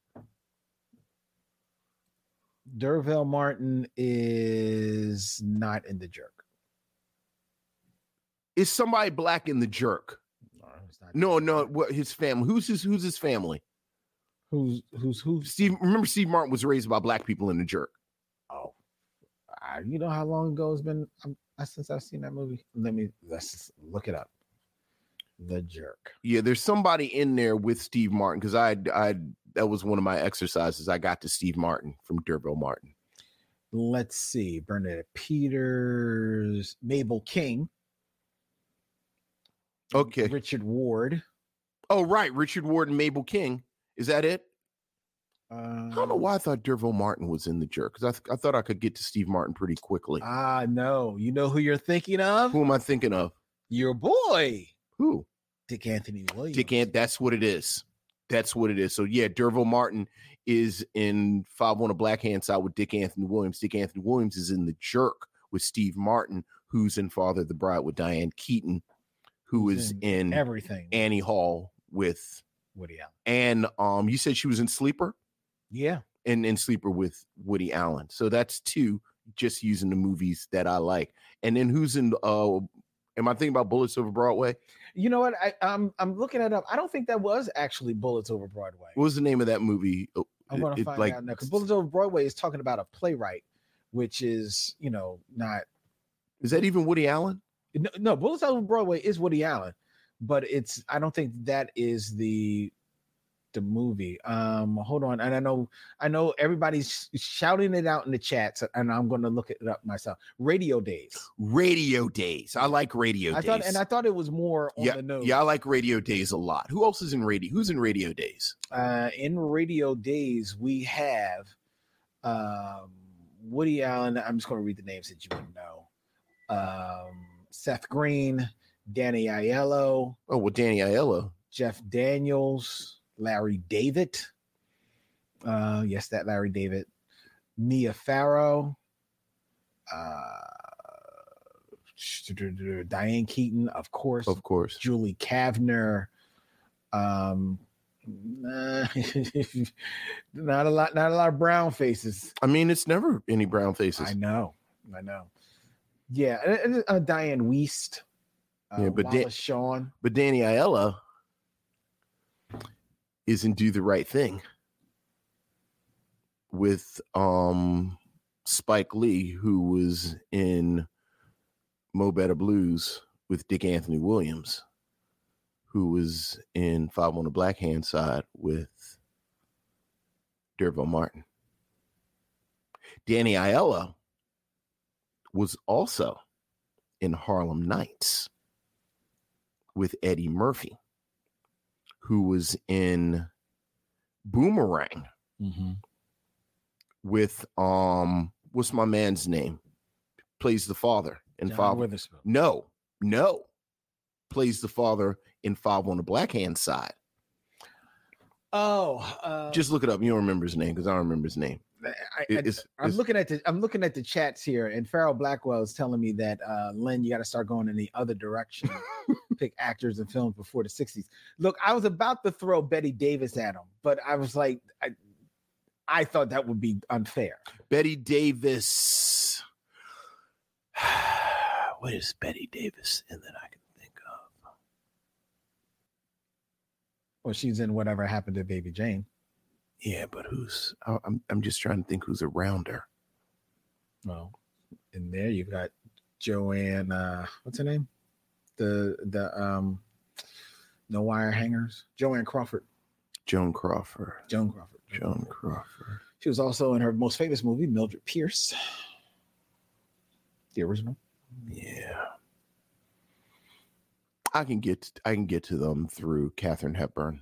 Dervell Martin is not in the jerk. is somebody black in the jerk No, it's not no Dervell no Martin. what his family who's his who's his family Who's who's who's? Steve remember Steve Martin was raised by black people in the jerk Oh, I, you know how long ago it's been um, uh, since I've seen that movie. Let me let's just look it up. The jerk. Yeah, there's somebody in there with Steve Martin because I I that was one of my exercises. I got to Steve Martin from Durbo Martin. Let's see. Bernadette Peters, Mabel King, Okay. Richard Ward. Oh right, Richard Ward and Mabel King. Is that it? Um, I don't know why I thought Durvo Martin was in the jerk because I th- I thought I could get to Steve Martin pretty quickly. Ah, no. You know who you're thinking of? Who am I thinking of? Your boy, Who? Dick Anthony Williams. Dick Ant. That's what it is. That's what it is. So yeah, Durvo Martin is in Five on the Black Hand Side with Dick Anthony Williams. Dick Anthony Williams is in the jerk with Steve Martin, who's in Father of the Bride with Diane Keaton, who Who's is in in Everything. And Annie Hall with Woody Allen. and um you said she was in Sleeper Yeah. and in Sleeper with Woody Allen. So that's two just using the movies that I like. And then who's in uh am I thinking about Bullets Over Broadway? You know what? I, I'm I'm looking it up. I don't think that was actually Bullets Over Broadway. What was the name of that movie? Oh, I'm gonna it- it, find like- out now because Bullets Over Broadway is talking about a playwright, which is you know not Is that even Woody Allen? no, no Bullets Over Broadway is Woody Allen, but it's I don't think that is the the movie. Um, hold on, and I know I know everybody's shouting it out in the chats, and I'm going to look it up myself. Radio Days. Radio Days. I like Radio I Days. thought, and I thought it was more on the nose. yeah, I like Radio Days a lot. Who else is in Radio? Who's in Radio Days? uh, in radio days we have um, Woody Allen. I'm just going to read the names that you would know. Um, Seth Green, Danny Aiello, Oh, well, Danny Aiello. Jeff Daniels, Larry David. Uh, yes, that Larry David, Mia Farrow, uh, *sniffs* Diane Keaton, of course, Of course. Julie Kavner. Um, nah, *laughs* not a lot, not a lot of brown faces. I mean, it's never any brown faces. I know, I know. Yeah, and- and, uh, Diane Weist. Uh, Yeah, but Dan- Wallace Shawn. But Danny Aiello isn't do the right thing with um Spike Lee, who was in Mo Better Blues with Dick Anthony Williams, who was in Five on the Black Hand Side with Dervo Martin. Danny Aiello was also in Harlem Nights with Eddie Murphy, who was in Boomerang Mm-hmm. with um what's my man's name? Plays the father in John Five. Witherspoon. no, no. Plays the father in Five on the Black Hand side. Oh, uh, Just look it up. You don't remember his name because I don't remember his name. I, I, It- it's, I'm it's- looking at the I'm looking at the chats here, and Farrell Blackwell is telling me that uh, Lynn, you got to start going in the other *laughs* direction, pick actors and films before the '60s. Look, I was about to throw Betty Davis at him, but I was like, I, I thought that would be unfair. Betty Davis. *sighs* what is Betty Davis? And then I can think of. Well, she's in whatever happened to Baby Jane. Yeah, but who's? I- I'm I'm just trying to think who's around her. Well, in there you've got Joanne. Uh, what's her name? The the um, no wire hangers. Joanne Crawford. Joan Crawford. Joan Crawford. Joan Crawford. She was also in her most famous movie, Mildred Pierce. The original. Yeah. I can get I can get to them through Katherine Hepburn.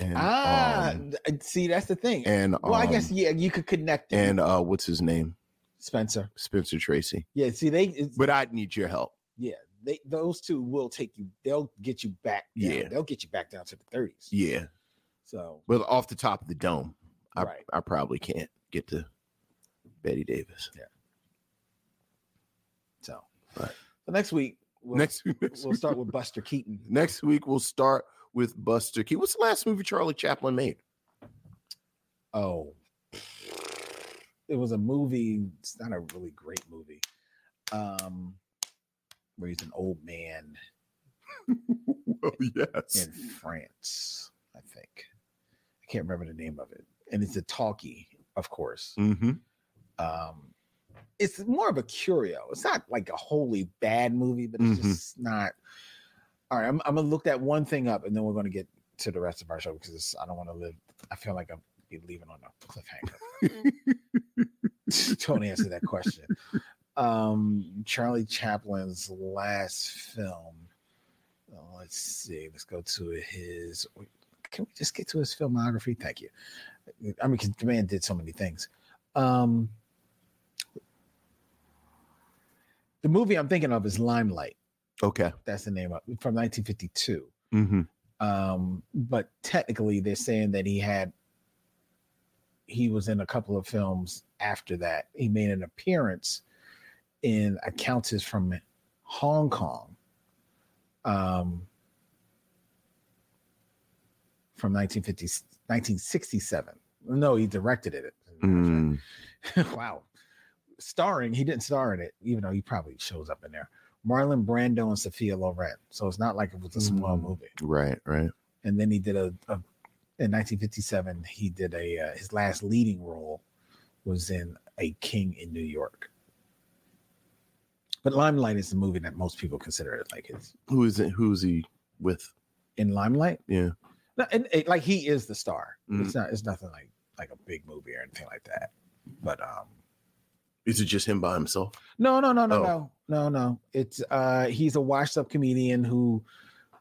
And, ah, um, th- see, that's the thing. and well, I um, guess yeah, you could connect it. and uh, what's his name? Spencer. Spencer Tracy. Yeah, see, they it's- But I'd need your help. yeah they those two will take you. They'll get you back. down. Yeah. they'll get you back down to the thirties. Yeah, So but off the top of the dome, I right. I probably can't get to Betty Davis. So Right. but next week we'll, next *laughs* week, next, we'll week- start with Buster Keaton. next week we'll start with Buster Key. What's the last movie Charlie Chaplin made? Oh, it was a movie. It's not a really great movie. Um, where he's an old man Oh *laughs* yes, in France, I think. I can't remember the name of it, and it's a talkie, of course. hmm Um, it's more of a curio. It's not like a wholly bad movie, but it's Mhm. just not. All right, I'm, I'm gonna look that one thing up, and then we're gonna get to the rest of our show because it's, I don't want to live. I feel like I'm be leaving on a cliffhanger. don't answer that question. Um, Charlie Chaplin's last film. Uh, let's see. Let's go to his. Can we just get to his filmography? Thank you. I mean, 'cause the man did so many things. Um, the movie I'm thinking of is Limelight. okay. That's the name of from 1952. Mm-hmm. Um, but technically, they're saying that he had he was in a couple of films after that. He made an appearance in A Countess from Hong Kong, um, from 1950, 1967. No, he directed it. Mm-hmm. *laughs* wow. Starring, he didn't star in it, even though he probably shows up in there. Marlon Brando and Sophia Loren. So it's not like it was a small Mm. movie Right, right. and then he did a, a in 1957 he did a uh, his last leading role was in a king in new york but limelight is the movie that most people consider it like it's Who is it? Who's he with? in limelight Yeah. no, and it, like he is the star Mhm. it's not it's nothing like like a big movie or anything like that but um Is it just him by himself? No, no, no, no, Oh. no, no, no. It's uh he's a washed up comedian who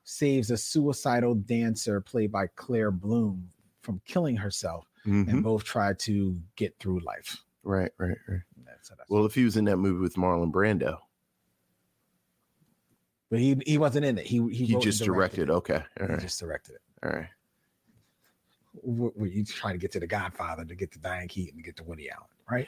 saves a suicidal dancer played by Claire Bloom from killing herself and both try to get through life. Mm-hmm. Right, right, right. And That's, that's Well, if he was in that movie with Marlon Brando, but he he wasn't in it. He he, wrote he, and just directed. it. Okay, all He right, just directed it. all right. Were, were you trying to get to the Godfather to get to Diane Keaton to get to Woody Allen, right?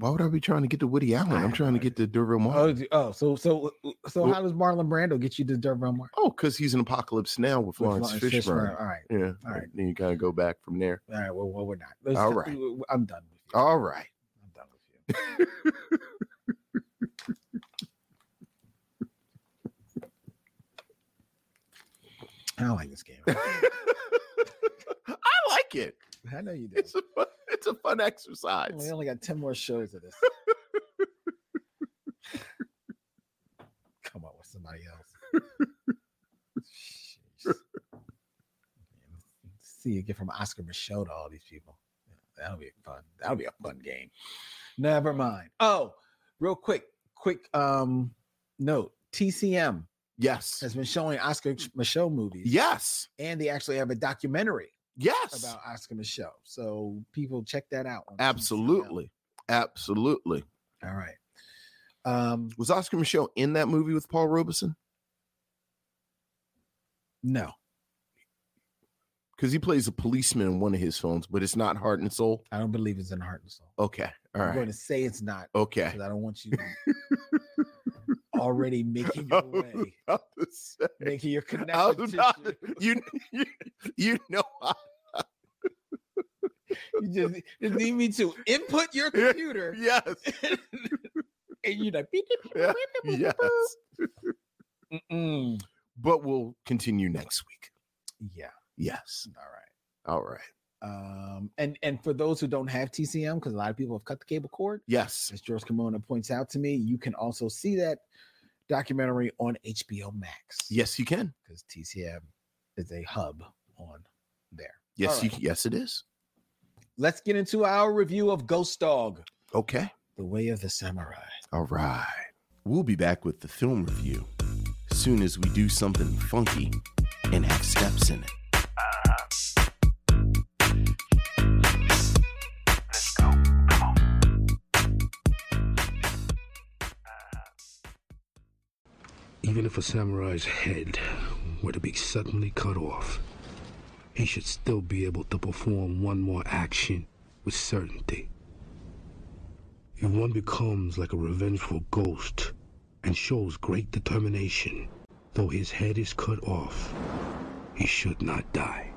Why would I be trying to get to Woody Allen? I I'm have trying no to get to Durville Oh, Martin. d- oh, so so so Well- how does Marlon Brando get you to Durban Martin? Oh, because he's in Apocalypse Now with Lawrence Fishburne. All right, Yeah, All right. Then you gotta go back from there. all right. Well, well we're not. Let's- All right. I'm done with you. All right. *laughs* I'm done with you. I don't like this game. I like it. I know you do. It's a fun, it's a fun We exercise. only got 10 more shows of this. Come up with somebody else. Jeez. See you get from Oscar Michelle to all these people. That'll be fun. That'll be a fun game. Never mind. Oh, real quick, quick um note. TCM Yes. has been showing Oscar Michelle movies. Yes. And they actually have a documentary Yes. about Oscar Michelle. So people check that out. on TCM. Absolutely. Absolutely. All right. Um, Was Oscar Michelle in that movie with Paul Robeson? no, Because he plays a policeman in one of his films, but it's not Heart and Soul. I don't believe it's in Heart and Soul. Okay. All I'm going right. to say it's not Okay. because I don't want you *laughs* already making your way, I was about to say, making your I was connection. about tissue. to- *laughs* you, you, you know, I, You just, just need me to input your *laughs* Yeah. computer, yes, and you're like, beep, beep, beep, Yeah. beep, beep, yes. beep. Mm-mm. But we'll continue next week. yeah. Yes. All right. All right. Um, and and for those who don't have TCM, because a lot of people have cut the cable cord. Yes. as George Kimona points out to me, you can also see that documentary on HBO Max. Yes, you can. Because TCM is a hub on there. Yes, All you right. can. Yes, it is. Let's get into our review of Ghost Dog, Okay. The Way of the Samurai. All right. We'll be back with the film review soon as we do something funky and have steps in it. Even if a samurai's head were to be suddenly cut off, he should still be able to perform one more action with certainty. If one becomes like a revengeful ghost and shows great determination, though his head is cut off, he should not die.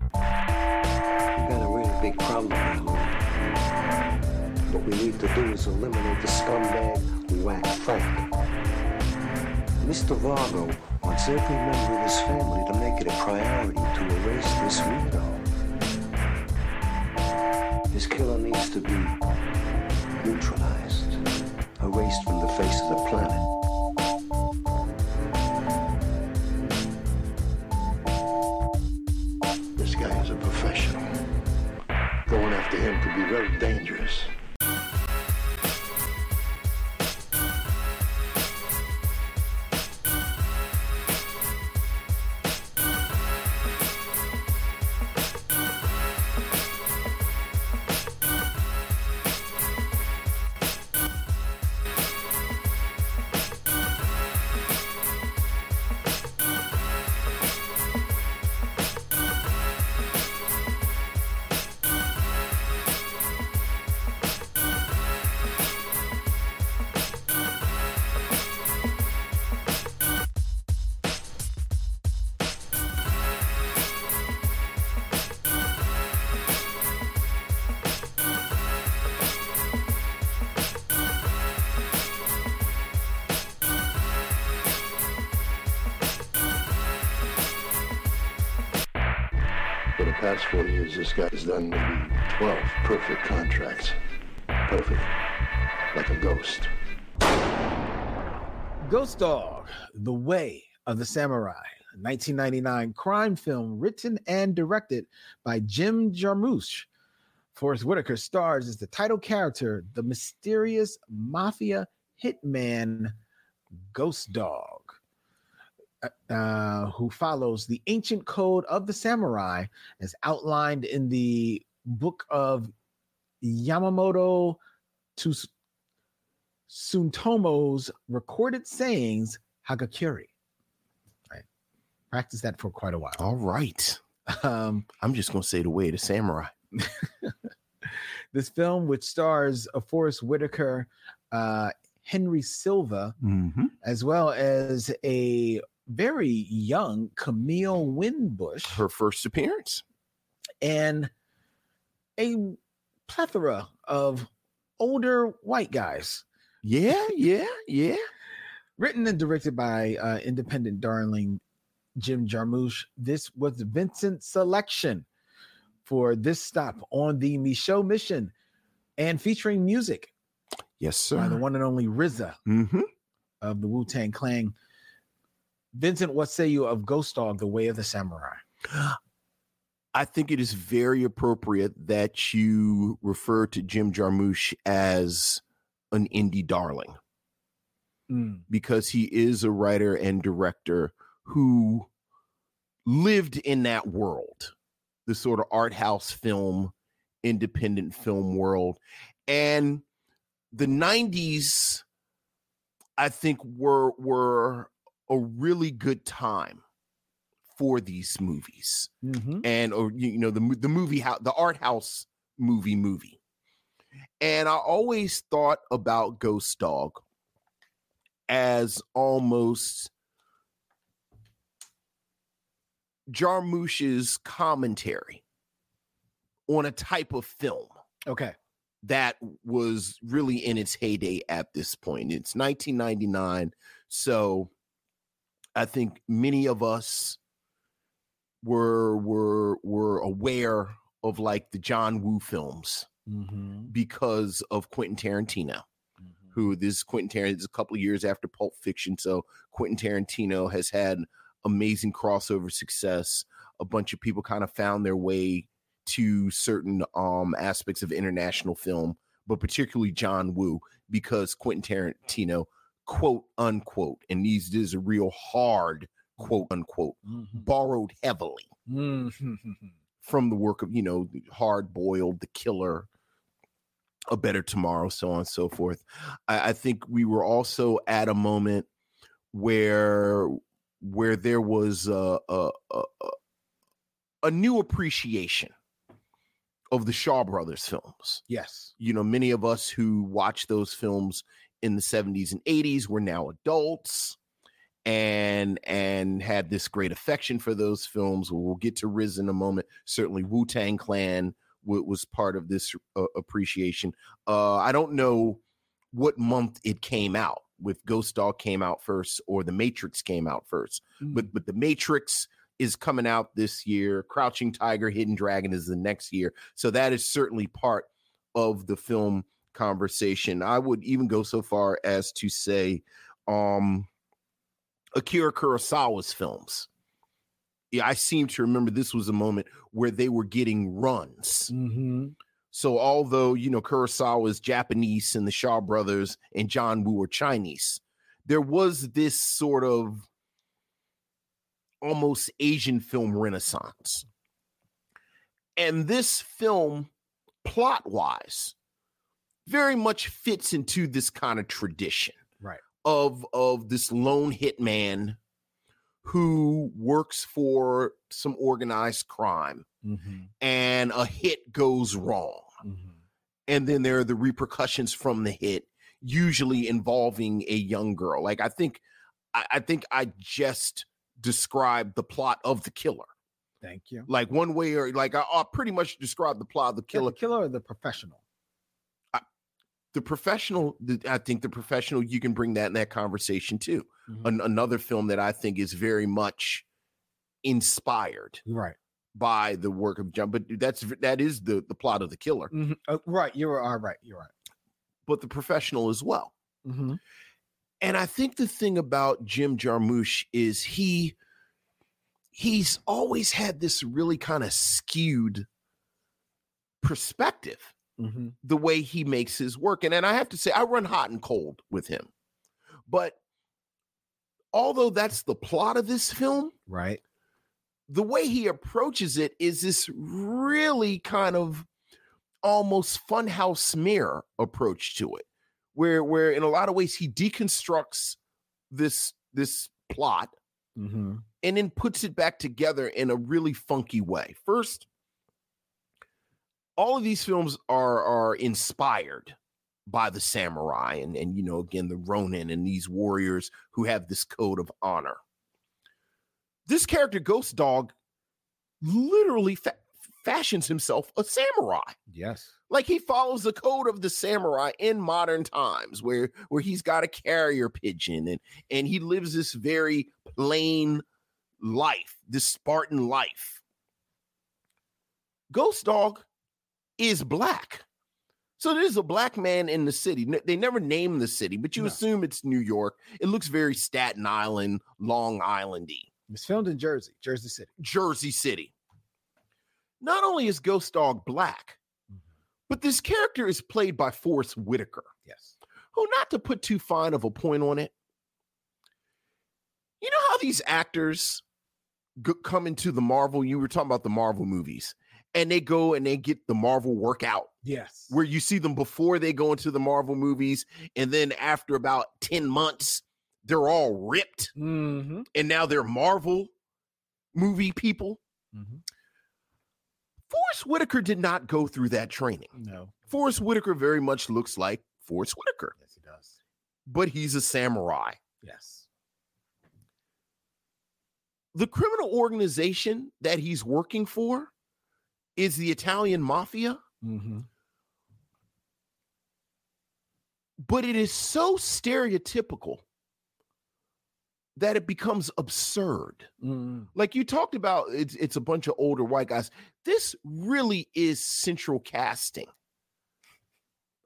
We've got a really big problem at home. What we need to do is eliminate the scumbag Whack Frank. Mr. Vargo wants every member of his family to make it a priority to erase this Rito. This killer needs to be neutralized, erased from the face of the planet. This guy is a professional. Going after him could be very dangerous. For the past four years, this guy has done maybe 12 perfect contracts. Perfect. Like a ghost. Ghost Dog, The Way of the Samurai, a 1999 crime film written and directed by Jim Jarmusch. Forrest Whitaker stars as the title character, the mysterious mafia hitman Ghost Dog, uh, who follows the ancient code of the samurai as outlined in the book of Yamamoto Tus- Suntomo's recorded sayings, Hagakure. Right. Practice that for quite a while. *laughs* All right. Um, I'm just going to say the way to samurai. this film, which stars uh, Forrest Whitaker, uh, Henry Silva, Mm-hmm. as well as a very young Camille Winbush, Her first appearance. and a plethora of older white guys. *laughs* Yeah, yeah, yeah. Written and directed by uh, independent darling Jim Jarmusch, this was Vincent's selection for this stop on the Michaud mission and featuring music Yes, by sir. the one and only RZA Mm-hmm. of the Wu Tang Clan. Vincent, what say you of Ghost Dog, The Way of the Samurai? I think it is very appropriate that you refer to Jim Jarmusch as an indie darling. Mm-hmm. because he is a writer and director who lived in that world, the sort of art house film, independent film world. And the 90s, I think, were were a really good time for these movies Mhm. and or you you know the mo- the movie how the art house movie movie and i always thought about ghost dog as almost jarmusch's commentary on a type of film Okay. that was really in its heyday at this point. It's 1999. So I think many of us were were were aware of like the John Woo films Mhm. because of Quentin Tarantino who this Quentin Tarantino is a couple of years after Pulp Fiction. So Quentin Tarantino has had amazing crossover success. A bunch of people kind of found their way to certain um aspects of international film, but particularly John Woo because Quentin Tarantino, quote unquote, and these is a real hard quote unquote borrowed heavily from the work of you know hard boiled the killer a better tomorrow so on and so forth I, I think we were also at a moment where where there was a a, a, a new appreciation of the shaw brothers films Yes. you know many of us who watched those films in the 70s and 80s were now adults and and had this great affection for those films we'll get to riz in a moment certainly wu-tang clan wa- was part of this uh, appreciation uh i don't know what month it came out with ghost dog came out first or the matrix came out first Mm-hmm. but but the matrix is coming out this year crouching tiger hidden dragon is the next year so that is certainly part of the film conversation. I would even go so far as to say um Akira Kurosawa's films. Yeah, I seem to remember this was a moment where they were getting runs. Mm-hmm. So although, you know, Kurosawa is Japanese and the Shaw brothers and John Woo were Chinese, there was this sort of almost Asian film renaissance. And this film, plot wise, very much fits into this kind of tradition Right. of of this lone hitman who works for some organized crime Mm-hmm. and a hit goes wrong and then there are the repercussions from the hit usually involving a young girl like i think i, I think i just described the plot of the killer Thank you. like one way or like i, I pretty much described the plot of the Killer. killer killer or the professional? the professional the, i think the professional you can bring that in that conversation too Mhm. An, another film that i think is very much inspired You're right. by the work of john but that's that is the the plot of the killer Mhm. Uh, right. You're all right. You're right. but the professional as well Mm-hmm. and I think the thing about Jim Jarmusch is he he's always had this really kind of skewed perspective Mm-hmm. the way he makes his work and and I have to say I run hot and cold with him but although that's the plot of this film Right. the way he approaches it is this really kind of almost funhouse mirror approach to it where where in a lot of ways he deconstructs this this plot Mm-hmm. and then puts it back together in a really funky way first all of these films are are inspired by the samurai and and you know again the ronin and these warriors who have this code of honor this character ghost dog literally fa- fashions himself a samurai Yes. like he follows the code of the samurai in modern times where where he's got a carrier pigeon and and he lives this very plain life this spartan life ghost dog is black so there's a black man in the city N- they never name the city but you No. assume it's new york it looks very staten island long islandy It's filmed in Jersey, Jersey City. Jersey City. Not only is Ghost Dog black, but this character is played by Forrest Whitaker, Yes. who, not to put too fine of a point on it, you know how these actors g- come into the Marvel, you were talking about the Marvel movies, and they go and they get the Marvel workout Yes. where you see them before they go into the Marvel movies, and then after about 10 months, they're all ripped Mm-hmm. and now they're Marvel movie people. Mhm. Forrest Whitaker did not go through that training. No. Forrest Whitaker very much looks like Forrest Whitaker, Yes, he does. but he's a samurai. Yes. The criminal organization that he's working for is the Italian mafia, Mm-hmm. but it is so stereotypical that it becomes absurd. Mm-hmm. like you talked about it's it's a bunch of older white guys this really is central casting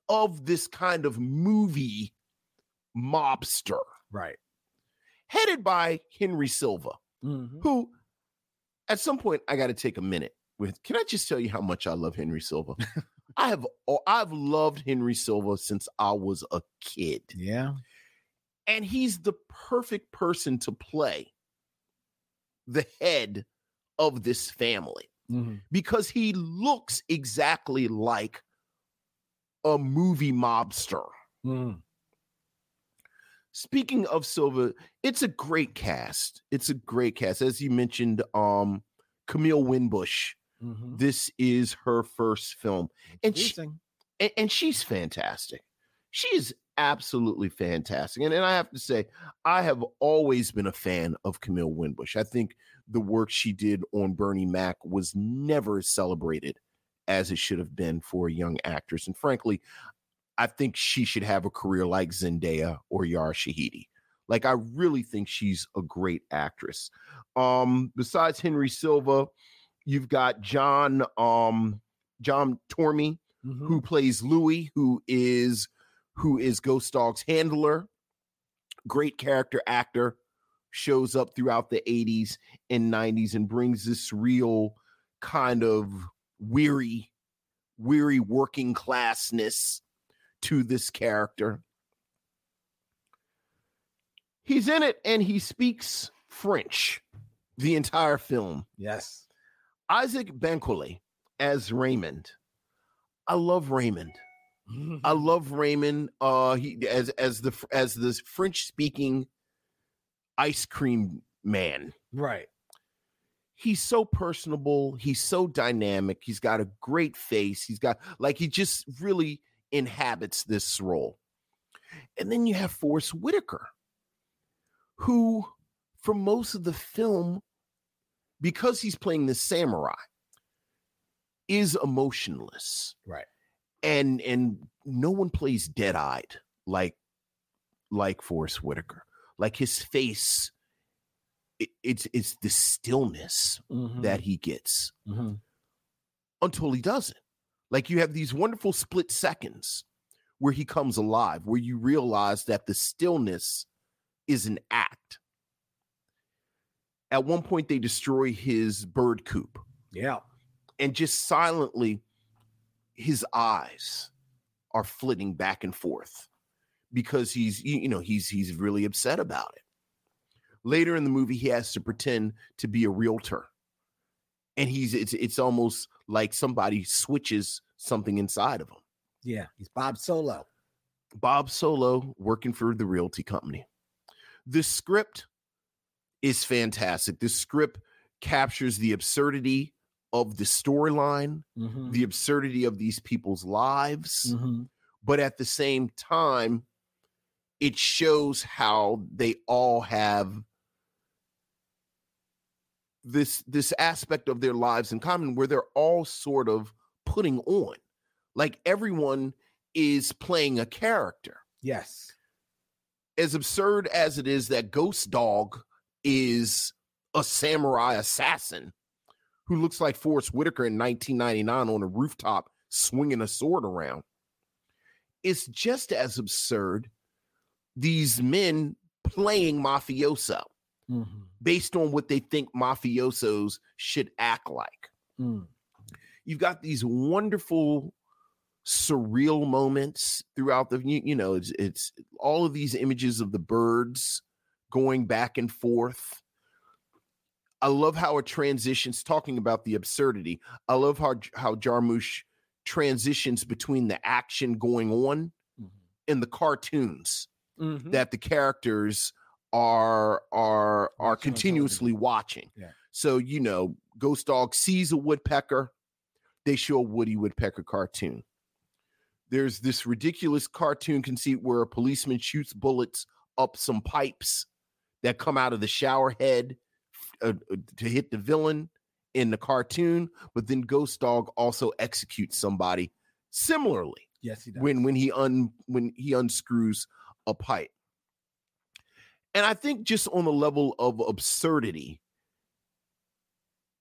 of this kind of movie mobster Right. headed by henry silva Mm-hmm. who at some point i got to take a minute with can I just tell you how much I love Henry Silva? I have oh, I've loved Henry Silva since I was a kid. Yeah. And he's the perfect person to play the head of this family Mhm. because he looks exactly like a movie mobster. Mhm. Speaking of Silva, it's a great cast. It's a great cast. As you mentioned, um, Camille Winbush. Mhm. This is her first film. And she, Interesting. and, and she's fantastic. She is absolutely fantastic. And, and I have to say, I have always been a fan of Camille Winbush. I think the work she did on Bernie Mac was never as celebrated as it should have been for a young actress. And frankly, I think she should have a career like Zendaya or Yara Shahidi. Like I really think she's a great actress. Um, besides Henry Silva, you've got John um John Tormey, Mhm. who plays Louis, who is who is Ghost Dog's handler. Great character actor, shows up throughout the 80s and 90s and brings this real kind of weary, weary working classness to this character. He's in it and he speaks French the entire film. Yes. Isaac Benkole as Raymond. I love Raymond. Mm-hmm. I love Raymond. Uh, he as as the as the French speaking ice cream man. Right. He's so personable. He's so dynamic. He's got a great face. He's got like he just really inhabits this role. And then you have Forrest Whitaker, who for most of the film, because he's playing the samurai, is emotionless Right. and and no one plays dead eyed like like Forrest Whitaker. Like his face, it, it's it's the stillness Mhm. that he gets Mhm. until he doesn't. Like you have these wonderful split seconds where he comes alive, where you realize that the stillness is an act. At one point, they destroy his bird coop Yeah. and just silently his eyes are flitting back and forth because he's you you know he's he's really upset about it later in the movie he has to pretend to be a realtor and he's it's it's almost like somebody switches something inside of him Yeah. He's Bob Solo. Bob Solo working for the realty company. This script is fantastic. This script captures the absurdity of the storyline, Mhm. the absurdity of these people's lives, Mhm. but at the same time, it shows how they all have this this aspect of their lives in common where they're all sort of putting on like everyone is playing a character Yes. as absurd as it is that Ghost Dog is a samurai assassin who looks like Forrest Whitaker in 1999 on a rooftop swinging a sword around, it's just as absurd these men playing mafioso Mhm. based on what they think mafiosos should act like Mm. you've got these wonderful surreal moments throughout the you, you know it's it's all of these images of the birds going back and forth i love how it transitions talking about the absurdity i love how how jarmusch transitions between the action going on Mhm. and the cartoons Mhm. that the characters are are on are television. continuously watching. Yeah. So you know, Ghost Dog sees a woodpecker. They show a Woody Woodpecker cartoon. There's this ridiculous cartoon conceit where a policeman shoots bullets up some pipes that come out of the shower head uh, uh, to hit the villain in the cartoon, but then Ghost Dog also executes somebody similarly Yes, he does. when when he un when he unscrews a pipe. And I think just on the level of absurdity,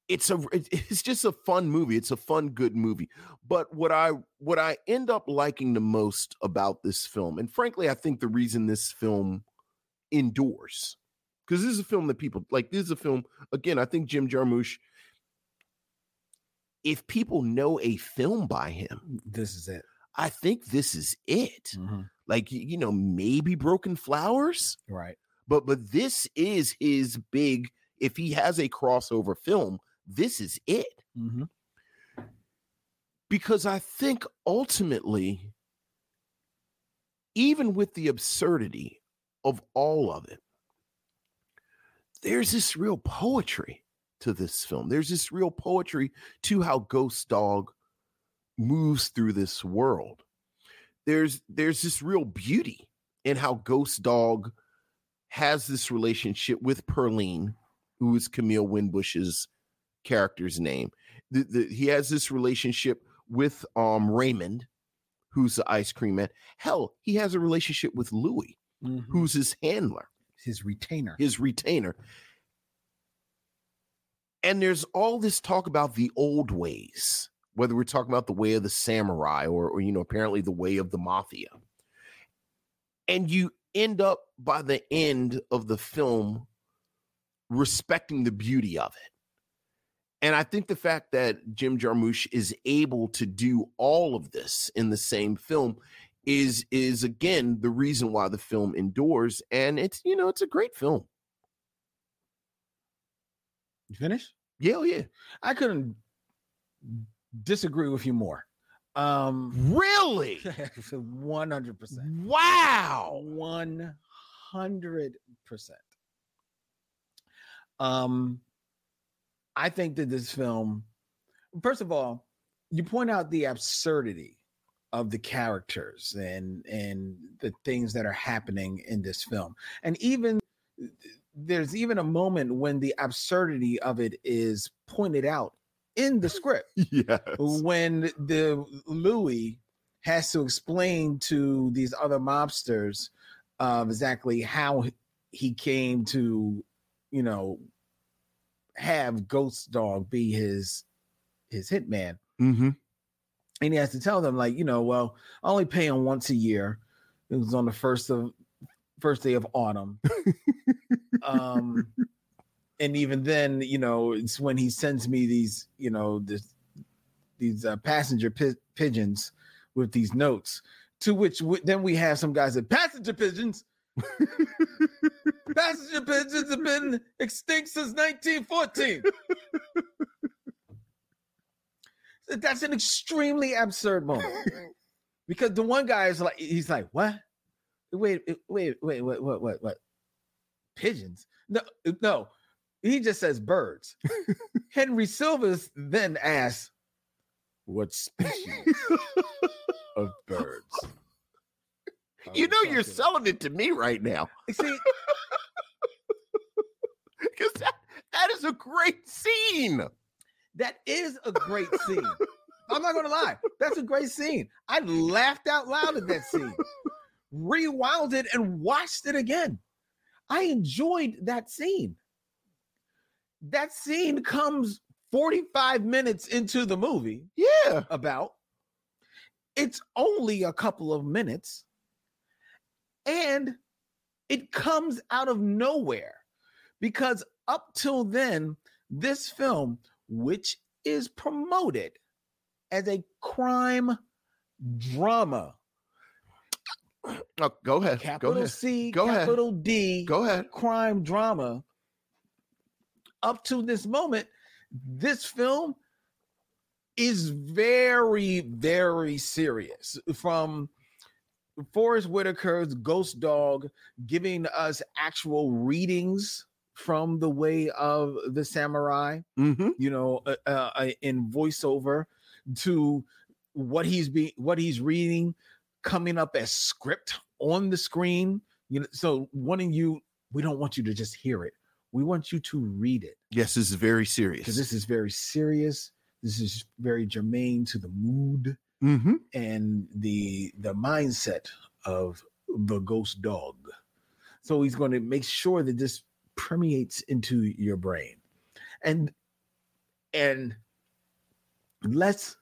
it's a it- *laughs* it's just a fun movie. It's a fun good movie. But what I what I end up liking the most about this film, and frankly, I think the reason this film endures, because this is a film that people like. This is a film again. I think Jim Jarmusch if people know a film by him, This is it. I think this is it. Mm. Mm-hmm. Like y- you know, maybe Broken Flowers, Right. but but this is his big. If he has a crossover film, this is it. Mm-hmm. because I think ultimately, even with the absurdity of all of it, there's this real poetry to this film. There's this real poetry to how Ghost Dog moves through this world. There's there's this real beauty in how Ghost Dog has this relationship with Perline, who is Camille Winbush's character's name. The, the, he has this relationship with um Raymond, who's the ice cream man. Hell, he has a relationship with Louis, Mm-hmm. Hmm. who's his handler, His retainer. his retainer. And there's all this talk about the old ways, whether we're talking about the way of the samurai or, or you know, apparently the way of the mafia. And you end up by the end of the film respecting the beauty of it. And I think the fact that Jim Jarmusch is able to do all of this in the same film is is again the reason why the film endures and it's you know it's a great film. You finished? Yeah, oh, yeah. I couldn't disagree with you more. *laughs* Um, *laughs* Really? 100%. Wow. 100%. Um, I think that this film, first of all, you point out the absurdity of the characters and and the things that are happening in this film. And even there's even a moment when the absurdity of it is pointed out in the script *laughs* Yes. when the Louis has to explain to these other mobsters uh, exactly how he came to, you know, have Ghost Dog be his his hitman, Mm-hmm. and he has to tell them like, you know, well, I only pay him once a year. It was on the first of first day of autumn. um and even then, you know, it's when he sends me these, you know, this, these uh, passenger pi- pigeons with these notes. To which w- then we have some guys that passenger pigeons. passenger pigeons have been extinct since 1914. *laughs* That's an extremely absurd *laughs* moment because the one guy is like, he's like, what? Wait, wait, wait, what, what, what, what? Pigeons? No, no. He just says *laughs* birds. Henry Silvers then asks, "What *laughs* species of birds?" are we You know you're talking selling it to me right now. about?" See, Because that, that is a great scene. that is a great scene. I'm not gonna lie, that's a great scene. I laughed out loud at that scene, rewound it, and watched it again. I enjoyed that scene. That scene comes 45 minutes into the movie. Yeah. about. It's only a couple of minutes. And it comes out of nowhere because up till then, this film, which is promoted as a crime drama, Oh, go ahead. capital go ahead. C, Go ahead. capital D, Go ahead. crime drama up to this moment this film is very very serious from Forrest Whitaker's Ghost Dog giving us actual readings from the way of the samurai Mm-hmm. you know uh, uh, uh, in voiceover to what he's be what he's reading coming up as script on the screen you know so wanting you we don't want you to just hear it we want you to read it Yes, this is very because serious. this is very serious this is very germane to the mood mm-hmm. and the the mindset of the ghost dog. So he's going to make sure that this permeates into your brain. And and let's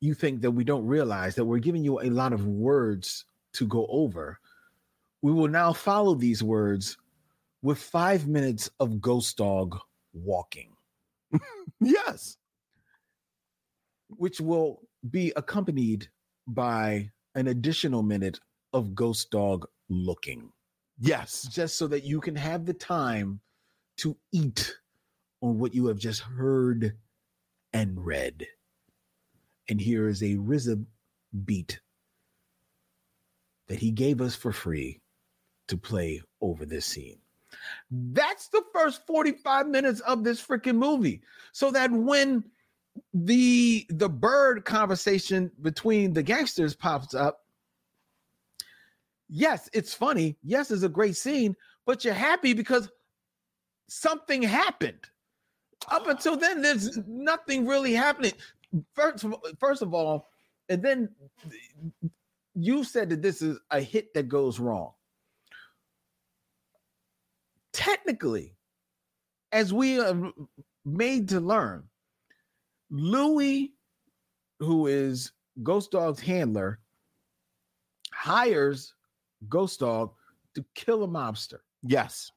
you think that we don't realize that we're giving you a lot of words to go over. We will now follow these words with five minutes of ghost dog walking Yes. which will be accompanied by an additional minute of Ghost Dog looking, Yes. just so that you can have the time to eat on what you have just heard and read. And here is a RZA beat that he gave us for free to play over this scene. That's the first 45 minutes of this freaking movie. So that when the the bird conversation between the gangsters pops up, yes, it's funny. Yes, it's a great scene, but you're happy because something happened. Up until then, there's nothing really happening. First, of- first of all, and then you said that this is a hit that goes wrong. Technically, as we are made to learn, Louis, who is Ghost Dog's handler, hires Ghost Dog to kill a mobster. Yes.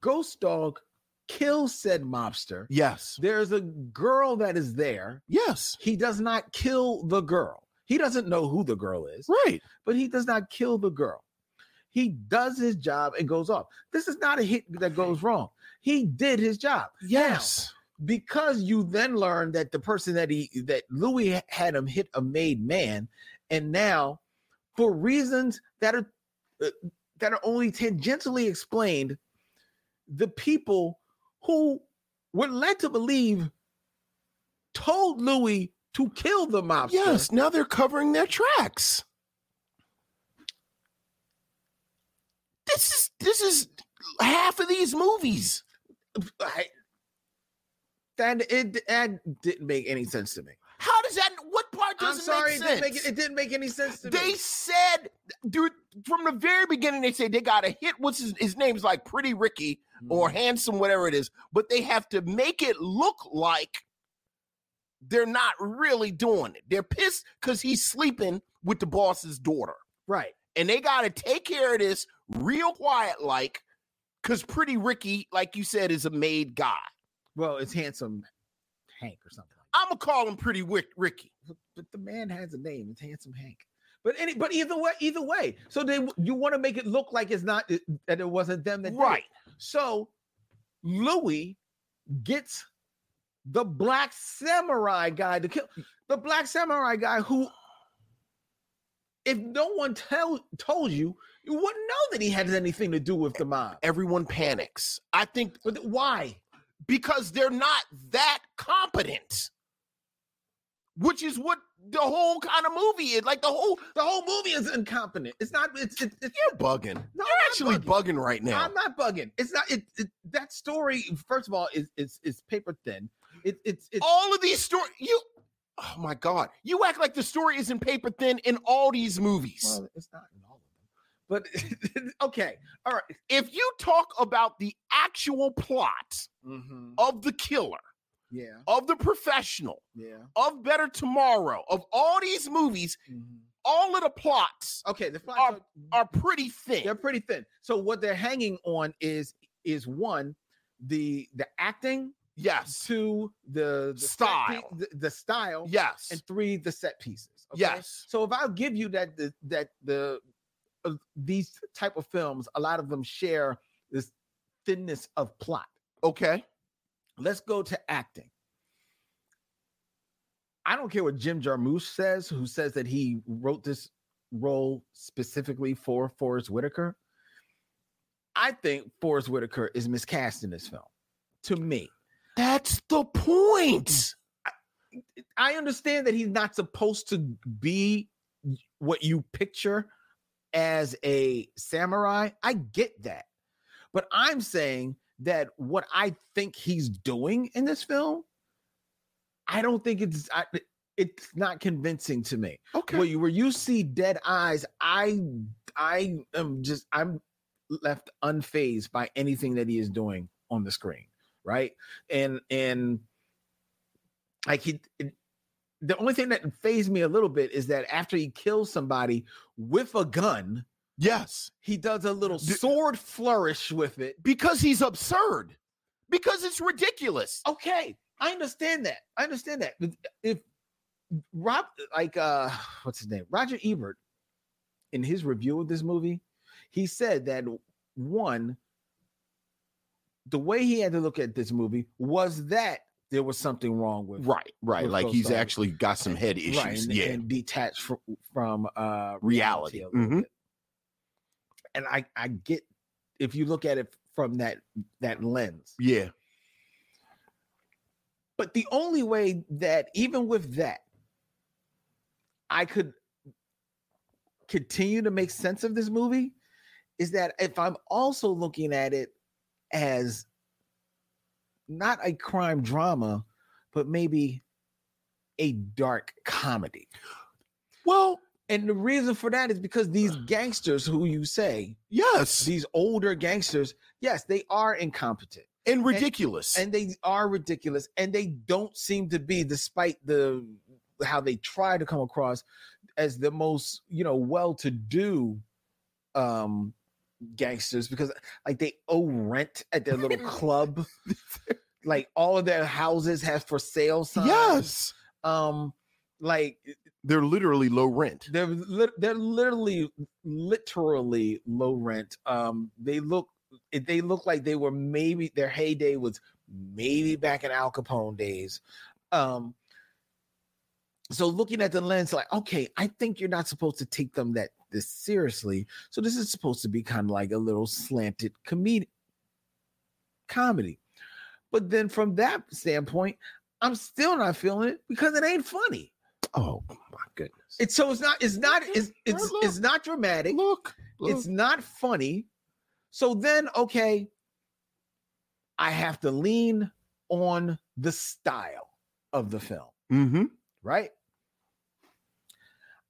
Ghost Dog kills said mobster. Yes. There's a girl that is there. Yes. He does not kill the girl. He doesn't know who the girl is, Right. but he does not kill the girl. He does his job and goes off. This is not a hit that goes wrong. He did his job. Yes. because you then learn that the person that he that Louis had him hit a made man, and now for reasons that are uh, that are only tangentially explained, the people who were led to believe told Louis to kill the mobster. Yes. Now they're covering their tracks. This is this is half of these movies. I- that it that didn't make any sense to me. How does that? What part doesn't I'm sorry, make it didn't sense? make, it didn't make any sense to they me. said, dude, from the very beginning, they say they got to hit. What's his, his name's like Pretty Ricky Mm. or Handsome, whatever it is. But they have to make it look like they're not really doing it. They're pissed because he's sleeping with the boss's daughter, right. and they got to take care of this real quiet, like because Pretty Ricky, like you said, is a made guy. Well, it's handsome Hank or something. like I'm gonna call him Pretty Wick- Ricky. that. But the man has a name. It's handsome Hank. But any, but either way, either way. So they you want to make it look like it's not it- that it wasn't them that did it. Right. So Louis gets the black samurai guy to kill the black samurai guy who, if no one tell told you, you wouldn't know that he had anything to do with the mob. Everyone panics. I think But why? because they're not that competent, which is what the whole kind of movie is. Like the whole, The whole movie is incompetent. It's not. It's it's, it's you're bugging. No, you're I'm actually bugging. right now. I'm not bugging. It's not. It, it that story. First of all, is is is paper thin. It, it's it's all of these stories, you. Oh my God! You act like the story isn't paper thin in all these movies. well, it's not in all of them. But *laughs* okay, all right. if you talk about the actual plot Oh of the killer, Yeah, of the professional, yeah. of Better Tomorrow, of all these movies, all of the plots Okay, the plot Are- are pretty thin. they're pretty thin. So what they're hanging on is is one the the acting, yes, two the, the set piece- Style. the, the style, yes, and three the set pieces. okay? yes. So if I give you that the, that the uh, these type of films, a lot of them share this thinness of plot. Okay. Let's go to acting. I don't care what Jim Jarmusch says, who says that he wrote this role specifically for Forrest Whitaker. I think Forrest Whitaker is miscast in this film. To me, That's the point. I understand that he's not supposed to be what you picture as a samurai. I get that. But I'm saying that what I think he's doing in this film, I don't think it's I, it's not convincing to me. Okay. Where you where you see dead eyes, I I am just I'm left unfazed by anything that he is doing on the screen, right? And and like he it- the only thing that phased me a little bit is that after he kills somebody with a gun, yes. he does a little D- sword flourish with it. Because he's absurd. Because it's ridiculous. Okay, I understand that. I understand that. But If Rob, like, uh, *sighs* what's his name? Roger Ebert, in his review of this movie, he said that one, the way he had to look at this movie was that there was something wrong with Right, right. We're Like both he's sides. actually got some head issues. right, and, yeah. and detached from, from uh, Reality. a little Mhm. bit. And I, I get if you look at it from that that lens. yeah. But the only way that, even with that, I could continue to make sense of this movie is that if I'm also looking at it as not a crime drama, but maybe a dark comedy. Well, And the reason for that is because these gangsters who you say, yes. these older gangsters, yes, they are incompetent And ridiculous. and they are ridiculous and they don't seem to be despite the how they try to come across as the most you know well-to-do um gangsters because like they owe rent at their little club like all of their houses have for sale signs yes. um like They're literally low rent. they're lit they're literally literally low rent um they look they look like they were maybe their heyday was maybe back in al capone days um so looking at the lens like okay i think you're not supposed to take them that this seriously so this is supposed to be kind of like a little slanted comedic comedy but then from that standpoint i'm still not feeling it because it ain't funny Oh my goodness. it's so it's not it's not it's it's, Look. it's not dramatic. look, look. It's not funny. So then okay, I have to lean on the style of the film, mm-hmm. right?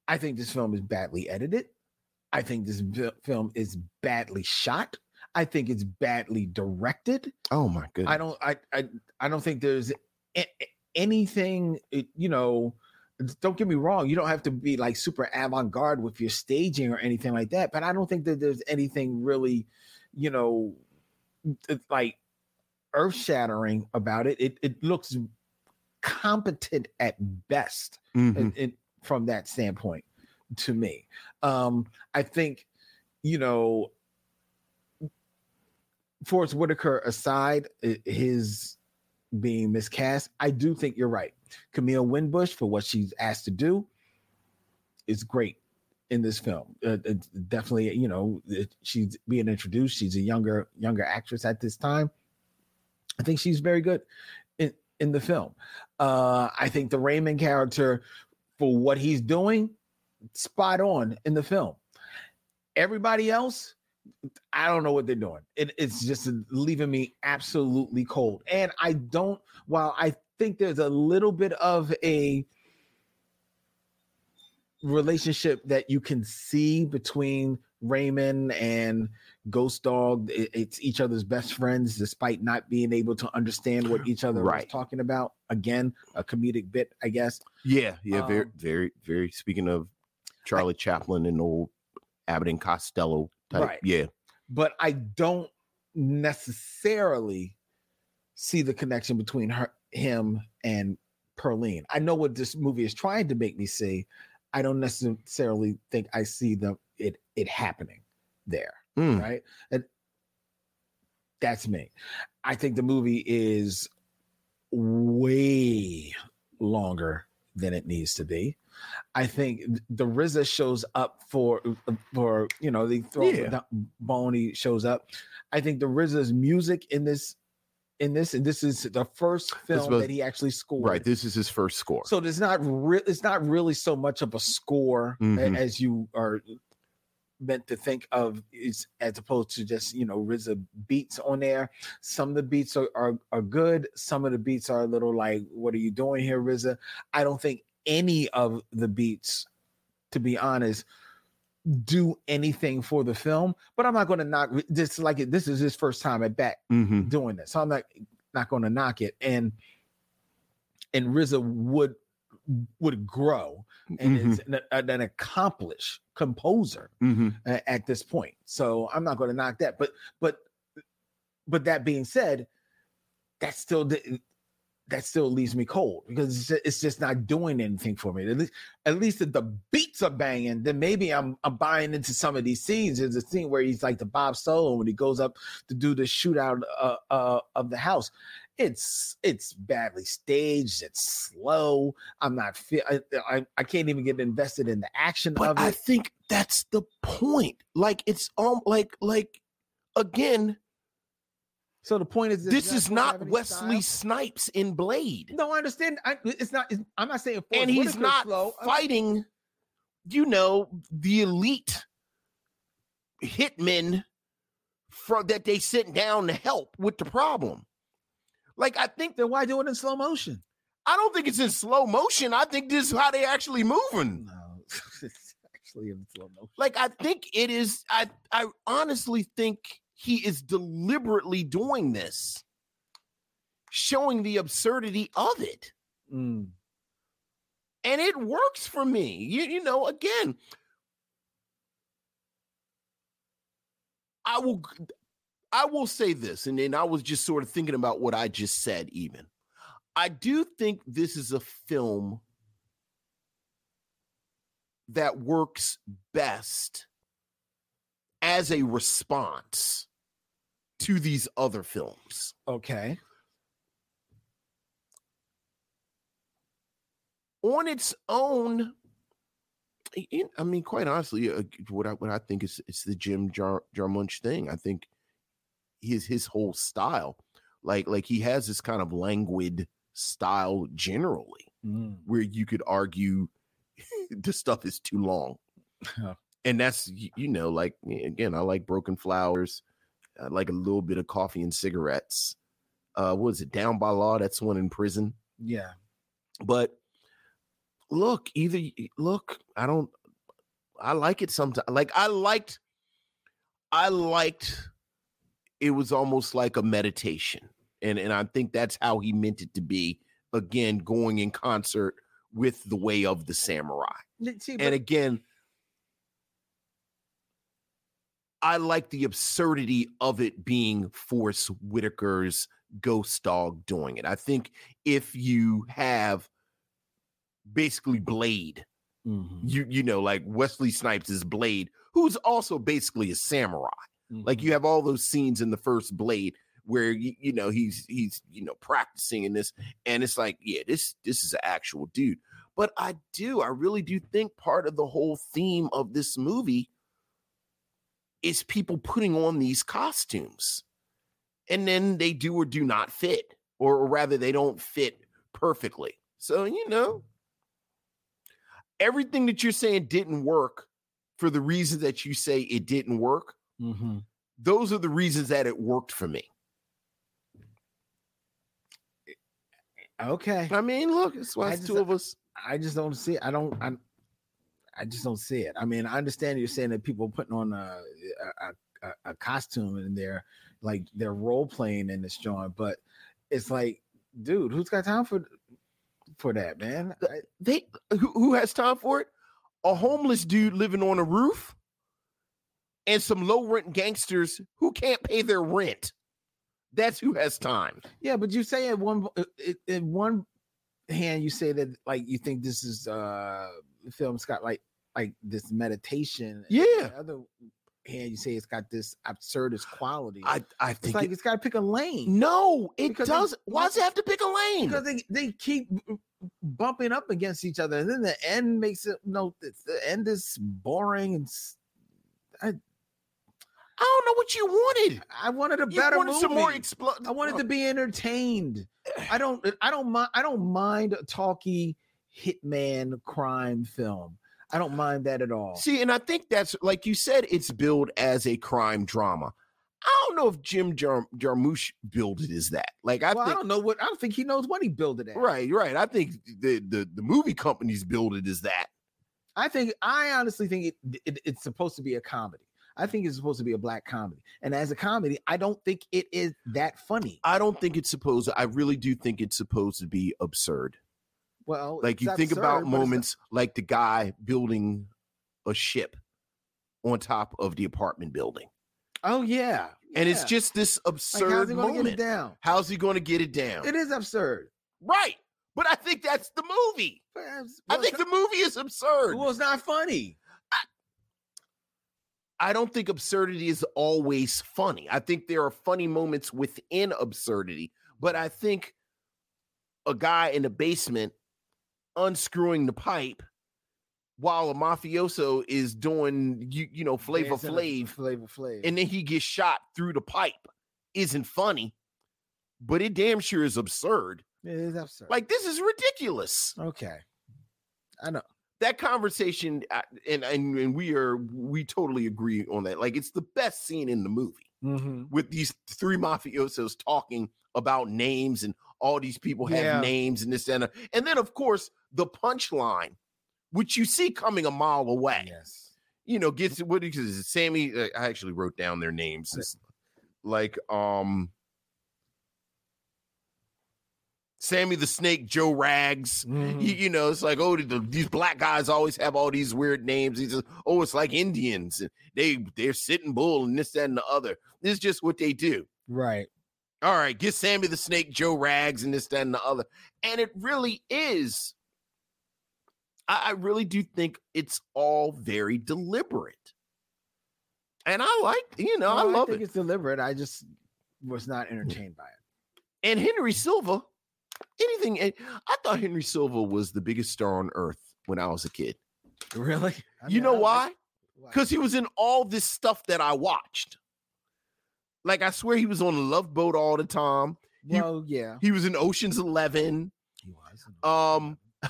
I think this film is badly edited. I think this vi- film is badly shot. I think it's badly directed. Oh my goodness. I don't I I, I don't think there's a- a- anything it- you know don't get me wrong you don't have to be like super avant-garde with your staging or anything like that but I don't think that there's anything really you know th- like earth-shattering about it it it looks competent at best Mhm. in, in- from that standpoint to me. Um, I think, you know, Forrest Whitaker aside, i- his being miscast, I do think you're right. Camille Winbush, for what she's asked to do, is great in this film. Uh, uh, definitely, you know, it- she's being introduced. She's a younger, younger actress at this time. I think she's very good in, in the film. Uh, I think the Raymond character, for what he's doing, spot on in the film. Everybody else, I don't know what they're doing. It, it's just leaving me absolutely cold. And I don't, while I think there's a little bit of a relationship that you can see between Raymond and Ghost Dog, It- it's each other's best friends, despite not being able to understand what each other was Right. talking about. Again, a comedic bit, I guess. yeah, yeah. very, um, very, very. Speaking of Charlie Chaplin and old Abbott and Costello type. Right. Yeah. but I don't necessarily see the connection between her, him, and Perline. I know what this movie is trying to make me see. I don't necessarily think I see the it it happening there, Mm. right? And that's me. I think the movie is way longer than it needs to be. I think the RZA shows up for for you know they throw Yeah. the bone. He shows up. I think the RZA's music in this in this and this is the first This film was- that he actually scored. Right. This is his first score. So there's not re- it's not really so much of a score a- Mhm. as you are meant to think of is as opposed to just you know RZA beats on there. Some of the beats are, are are good. Some of the beats are a little like, what are you doing here, RZA? I don't think any of the beats, to be honest, do anything for the film. But I'm not going to knock this like this is his first time at bat mm-hmm. doing this. So I'm not not going to knock it. And and RZA would would grow and is an, an, an accomplished composer mm-hmm. uh, at this point. So I'm not going to knock that. But but but that being said, that still didn't that still leaves me cold because it's ju- it's just not doing anything for me. At least, at least if the beats are banging, then maybe I'm I'm buying into some of these scenes. There's a scene where he's like the Bob Solo when he goes up to do the shootout uh, uh, of the house. It's it's badly staged. It's slow. I'm not. Fe- I, I I can't even get invested in the action But of it. I think that's the point. Like it's um like like again, so the point is, this is not Wesley Wesley. Snipes in Blade. No, I understand. I, it's not. It's, I'm not saying. Forrest and he's Whitaker's not slow. I'm- fighting, you know, the elite hitmen from that they sent down to help with the problem. Like I think Then why do it in slow motion? I don't think it's in slow motion. I think this is how they actually moving. No, *laughs* it's actually in slow motion. Like I think it is. I I honestly think he is deliberately doing this, showing the absurdity of it. Mm. and it works for me. You, you know, again, I will I will say this, and then I was just sort of thinking about what I just said, even. I do think this is a film that works best as a response to these other films. Okay. on its own. I- I- I mean, quite honestly, uh, what I what I think is it's the Jim Jar Jarmusch thing. I think his his whole style, like like he has this kind of languid style generally, Mm. where you could argue *laughs* the stuff is too long, Yeah. and that's y- you know like again I like Broken Flowers, I like a little bit of coffee and cigarettes. Uh, what is it Down by Law? That's one in prison Yeah. but look either y- look i don't i like it sometimes like i liked i liked it was almost like a meditation and and i think that's how he meant it to be again going in concert with the way of the samurai N- See, but- and again i like the absurdity of it being force whitaker's ghost dog doing it i think if you have basically blade Mhm. you you know like wesley snipes is blade who's also basically a samurai like Mm-hmm. you have all those scenes in the first blade where you, you know he's he's you know practicing in this and it's like yeah this this is an actual dude but i do i really do think part of the whole theme of this movie is people putting on these costumes and then they do or do not fit or, or rather they don't fit perfectly so you know everything that you're saying didn't work for the reasons that you say it didn't work Mhm. those are the reasons that it worked for me. Okay. I mean, look, it's why Eh. I it's just- uh, two of us. I just don't see. I don't. I, I just don't see it. I mean, I understand you're saying that people are putting on a a, a, a costume and they're like they're role playing in this joint, but it's like, dude, who's got time for for that, man? I, They who, who has time for it? A homeless dude living on a roof, and some low rent gangsters who can't pay their rent. That's who has time. Yeah, but you say at one uh, it- in one hand you say that like you think this is uh the film's got like like this meditation. and Yeah. The other hand you say it's got this absurdist quality. I I it's think like it- it's got to pick a lane no, it because does. they- Why does it have to pick a lane? because they they keep bumping up against each other, and then the end makes it no. it's- The end is boring, and s- I don't know what you wanted. I wanted a You better wanted movie. some more. uh, Expl- I wanted to be entertained. *sighs* I don't I don't mind I don't mind a talky hitman crime film. I don't mind that at all. See, and I think that's like you said, it's billed as a crime drama. I don't know if Jim Jar- Jarmusch billed it as that. Like I well, I think, don't know what I don't think he knows what he built it at. right, right. I think the the, the movie companies billed it as that. I think I honestly think it, it it's supposed to be a comedy. I think it's supposed to be a black comedy. And as a comedy, I don't think it is that funny. I don't think it's supposed. I really do think it's supposed to be absurd. Well, it's Like you think about absurd, but it's- moments like the guy building a ship on top of the apartment building, Oh yeah. and it's yeah. just this like, how's absurd he gonna moment. get it down? How's he going to get it down? It is absurd. Right. But I think that's the movie. Perhaps- I well, think the movie is absurd. well, it's not funny. I don't think absurdity is always funny. I think there are funny moments within absurdity, but I think a guy in the basement unscrewing the pipe while a mafioso is doing you you know flavor Dancing with *laughs* flav Flavor Flav. and then he gets shot through the pipe isn't funny, but it damn sure is absurd. it is absurd. Like this is ridiculous. okay, that conversation uh, and, and and we are we totally agree on that like it's the best scene in the movie mm-hmm. with these three mafiosos talking about names and all these people have Yeah. names and this that, and that. and then of course the punchline which you see coming a mile away yes, you know gets what is it sammy uh, i actually wrote down their names It's like um sammy the snake joe rags you, Mm. Mm-hmm. you know, it's like, oh, the, these black guys always have all these weird names. He's just, oh, it's like Indians. and They they're sitting bull and this, that, and the other. This is just what they do. right. All right, get Sammy the Snake, Joe Rags, and this, that, and the other. And it really is. I, I really do think it's all very deliberate. And I like, you know, I No, love think it. It's deliberate. I just was not entertained by it. *laughs* And Henry Silva, anything. and I thought Henry Silva was the biggest star on earth when I was a kid. Really? you know why? because he was in all this stuff that I watched. Like I swear he was on Love Boat all the time. he- well, yeah, He was in Ocean's Eleven. he was. Um, *laughs*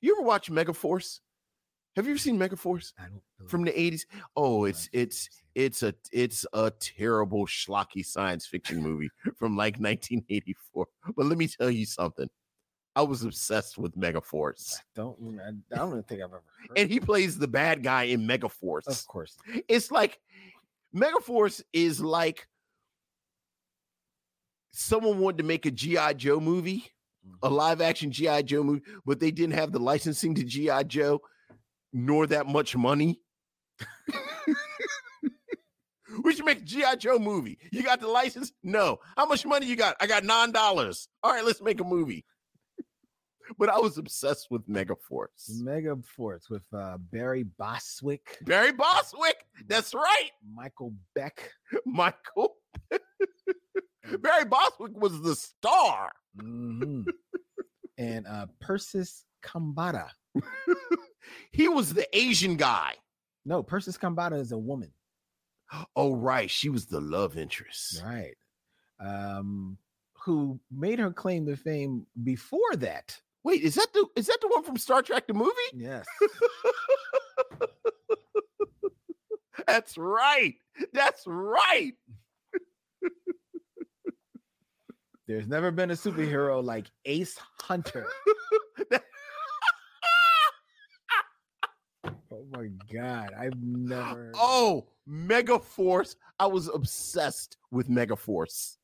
you ever watch Megaforce? Have you ever seen Megaforce I don't believe from it. the eighties? Oh, it's I've it's it's a it's a terrible schlocky science fiction movie from like 1984. But let me tell you something. I was obsessed with Megaforce, don't. rem- I I don't even think I've ever heard. and he plays the bad guy in Megaforce. of course, it's like Megaforce is like someone wanted to make a GI Joe movie, a live action GI Joe movie, but they didn't have the licensing to GI Joe nor that much money. *laughs* we should make a GI Joe movie. You got the license? No. How much money you got? I got nine dollars. All right, let's make a movie. But I was obsessed with Megaforce. Mega Force with uh, Barry Boswick, Barry Boswick. That's right. Michael Beck. Michael. Barry Boswick was the star. Mhm. *laughs* and uh Persis Kambata. He was the Asian guy. No, Persis Kambata is a woman. Oh, right. She was the love interest. Right. Um who made her claim to fame before that. Wait, is that the is that the one from Star Trek the movie? Yes. That's right. That's right. *laughs* There's never been a superhero like Ace Hunter. oh my god, I've never Oh, Megaforce. I was obsessed with Megaforce.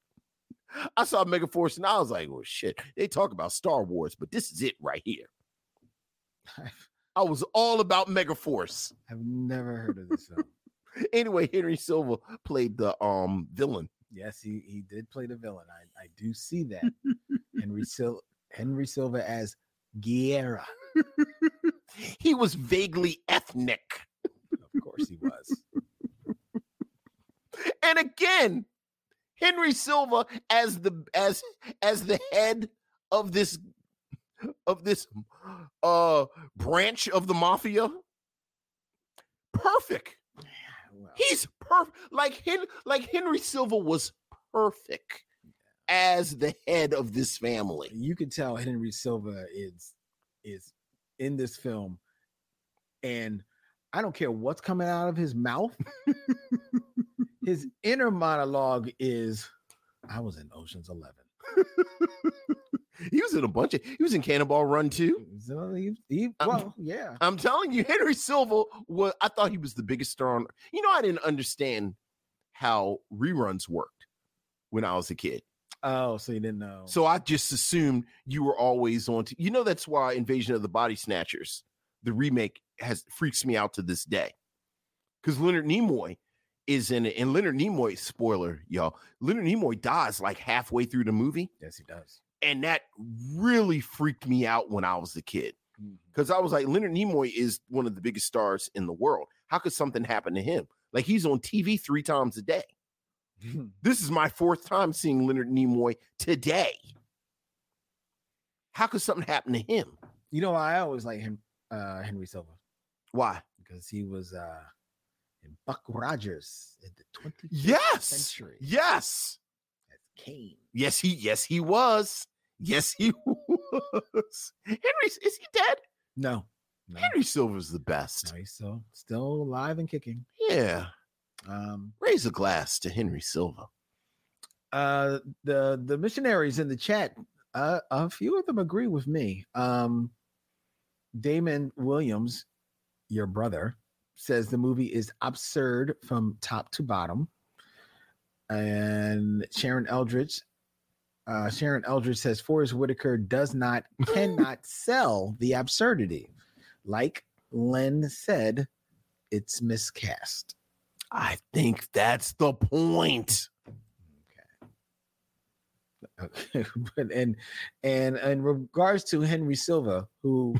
I saw Megaforce and I was like, oh shit. They talk about Star Wars, but this is it right here. *laughs* I've, I was all about Megaforce. I've never heard of this film. Anyway, Henry Silva played the um villain. Yes, he, he did play the villain. I, I do see that. Henry Sil- Henry Silva as Guerra. he was vaguely ethnic. Of course he was. And again, Henry Silva as the as as the head of this of this uh branch of the mafia. Perfect. Well, He's perfect. Like Hen- like Henry Silva was perfect as the head of this family. you can tell Henry Silva is is in this film, and I don't care what's coming out of his mouth. his inner monologue is, "I was in Ocean's Eleven. He was in a bunch of he was in Cannonball Run too. So he- he- Um, well, yeah, I'm telling you, Henry Silva was. I thought he was the biggest star on. You know, I didn't understand how reruns worked when I was a kid. oh, so you didn't know? So I just assumed you were always on. T- you know, that's why Invasion of the Body Snatchers, the remake, has freaks me out to this day. Because Leonard Nimoy is in it, and Leonard Nimoy, spoiler, y'all, Leonard Nimoy dies like halfway through the movie, yes, he does. *laughs* and that really freaked me out when I was a kid because I was like, Leonard Nimoy is one of the biggest stars in the world. How could something happen to him? Like he's on TV three times a day. This is my fourth time seeing Leonard Nimoy today. How could something happen to him? You know, why I always like him, uh, Henry Silva, Why? because he was uh, in Buck Rogers in the 20th Yes. century Yes. as Kane. Yes, he yes, he was. Yes, he *laughs* was. Henry, is he dead? No, no, Henry Silver's the no, best. he's still still alive and kicking. Yeah. Um, Raise a glass to Henry Silver. uh, the the missionaries in the chat, uh, a few of them agree with me. Um, Damon Williams, your brother, says the movie is absurd from top to bottom. And Sharon Eldridge, uh, Sharon Eldridge says Forrest Whitaker does not cannot sell the absurdity. Like Len said, it's miscast. I think that's the point. *laughs* but and and in regards to Henry Silva, who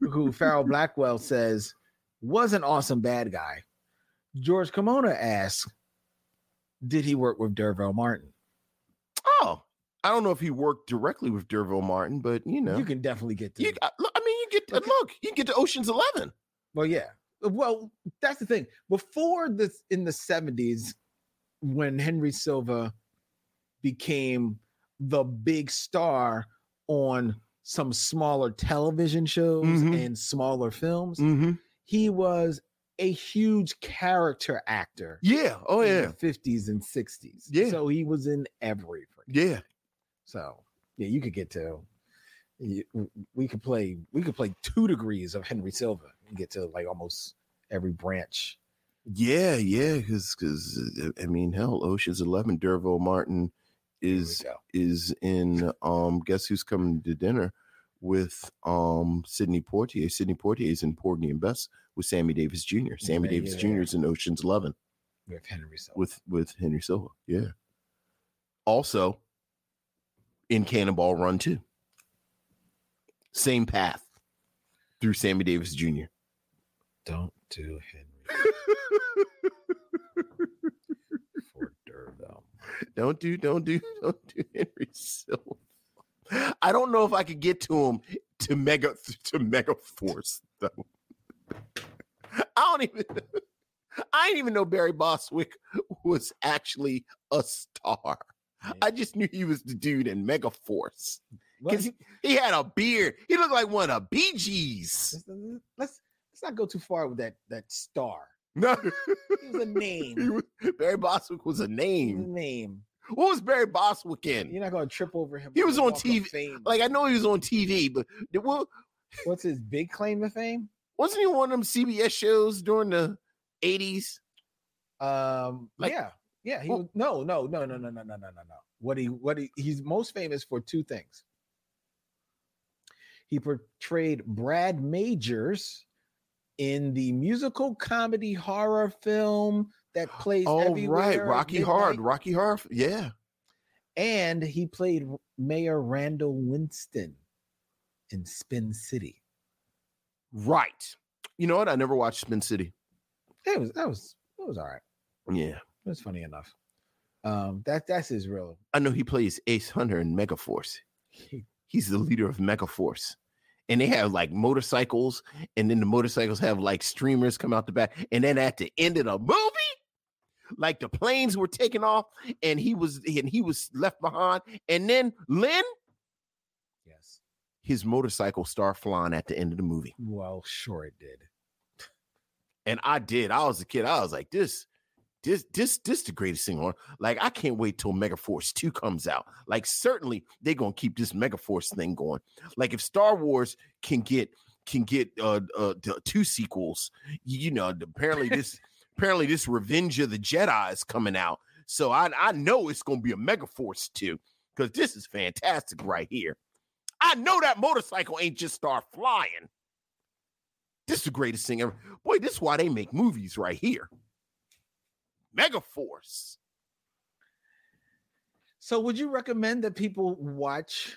who Farrell Blackwell says was an awesome bad guy, George Kimona asks, did he work with Derville Martin? Oh, I don't know if he worked directly with Derville Martin, but you know, You can definitely get to. you, I look, I mean, you get Okay. look, you get to Ocean's Eleven. well, yeah. Well, that's the thing. Before this, in the seventies, when Henry Silva became the big star on some smaller television shows Mhm. and smaller films, Mm-hmm. he was a huge character actor. Yeah. Oh in yeah. the 50s and 60s. Yeah. So he was in everything. Yeah. So yeah, you could get to you- we could play we could play two degrees of Henry Silva and get to like almost every branch. Yeah. Yeah. Because because I mean, hell, Ocean's Eleven, Derville Martin Here we is go. is in um guess who's coming to dinner with um Sidney Portier. Sidney Portier is in Porgy and Bess with Sammy Davis Jr. Sammy Yeah, Davis yeah. Jr. is in Ocean's Eleven. with Henry *laughs* Silva. with with Henry Silva. Yeah. Also in Cannonball Run too. Same path through Sammy Davis Jr. Don't do *laughs* Henry for Durville. Don't do, don't do, *laughs* don't do Henry Silva. I don't know if I could get to him to mega to mega force though. I don't even I didn't even know Barry Boswick was actually a star. I just knew he was the dude in Mega Force. Well, Because he, he had a beard. He looked like one of Bee Gees. let's, let's let's not go too far with that that star. No. He was a *laughs* He *laughs* name. was- Mm. Barry Boswick was He was a a name. name. What was Barry Boswick in? You're not gonna trip over him. He the was on Walk of TV, Fame. Like, I know he was on TV, but did- wa- what's his big claim to fame? wasn't he on one of them CBS shows during the 80s? Um, Like- yeah, yeah. He Well- was, no, no, no, no, no, no, no, no, no, no. What he, what he, he's most famous for two things. He portrayed Brad Majors in the musical comedy horror film that plays. Oh, right. everywhere at Rocky Hard. midnight, Rocky Hard. Yeah. And he played Mayor Randall Winston in Spin City. Right. You know what? I never watched Spin City. That was that was that was all right. Yeah. It was funny enough. Um, that that's his real *laughs* I know he plays Ace Hunter in Mega Force. he's the leader of Megaforce. And they have like motorcycles, and then the motorcycles have like streamers come out the back. And then at the end of the movie, like the planes were taking off, and he was and he was left behind. And then Lynn, yes. his motorcycle start flying at the end of the movie. Well, sure it did. And I did. I was a kid. I was like, this, this, this, this the greatest thing on. Like, I can't wait till Megaforce 2 comes out. Like, certainly they're gonna keep this Megaforce thing going. Like, if Star Wars can get can get uh, uh the two sequels, y- you know, apparently this apparently this Revenge of the Jedi is coming out. So I I know it's gonna be a Megaforce 2 because this is fantastic right here. I know that motorcycle ain't just start flying. This is the greatest thing ever. Boy, this is why they make movies right here. Megaforce. So, would you recommend that people watch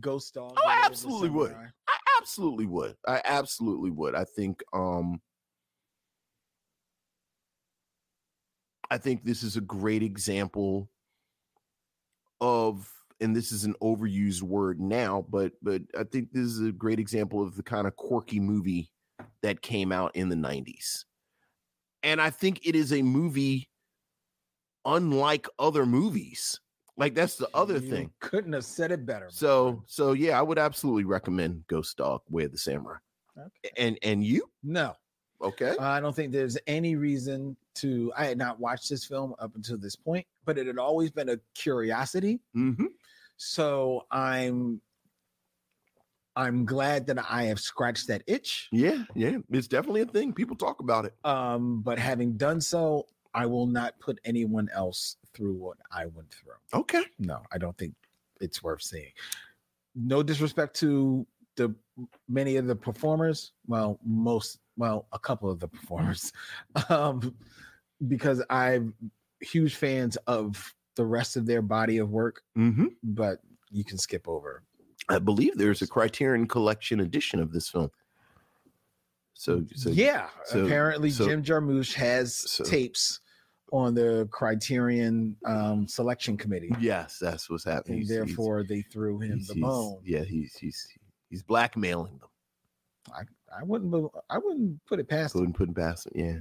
Ghost Dog? Oh, I Way of the absolutely would. Samurai? I absolutely would. I absolutely would. I think um I think this is a great example of and this is an overused word now, but but I think this is a great example of the kind of quirky movie that came out in the 90s. And I think it is a movie unlike other movies. Like that's the other You thing. Couldn't have said it better. my So friend. so yeah, I would absolutely recommend Ghost Dog Way of the Samurai. Okay. Uh, And and you? no, Okay. I don't think there's any reason to. I had not watched this film up until this point, but it had always been a curiosity. Mm-hmm. So I'm, I'm glad that I have scratched that itch. Yeah, yeah. It's definitely a thing. People talk about it. Um, but having done so, I will not put anyone else through what I went through. Okay. No, I don't think it's worth seeing. No disrespect to the many of the performers. Well, most, well, a couple of the performers, *laughs* um, because I'm huge fans of the rest of their body of work. Mm-hmm. But you can skip over. I believe there's a Criterion Collection edition of this film. So, so yeah, so- apparently so- Jim Jarmusch has so- tapes on the Criterion um, selection committee. yes, that's what's happening. and He's- he's- therefore they threw him he's- the he's- bone. Yeah, he's he's he's blackmailing them. I wouldn't. bel- I wouldn't put it past. Putting putting past them. Yeah.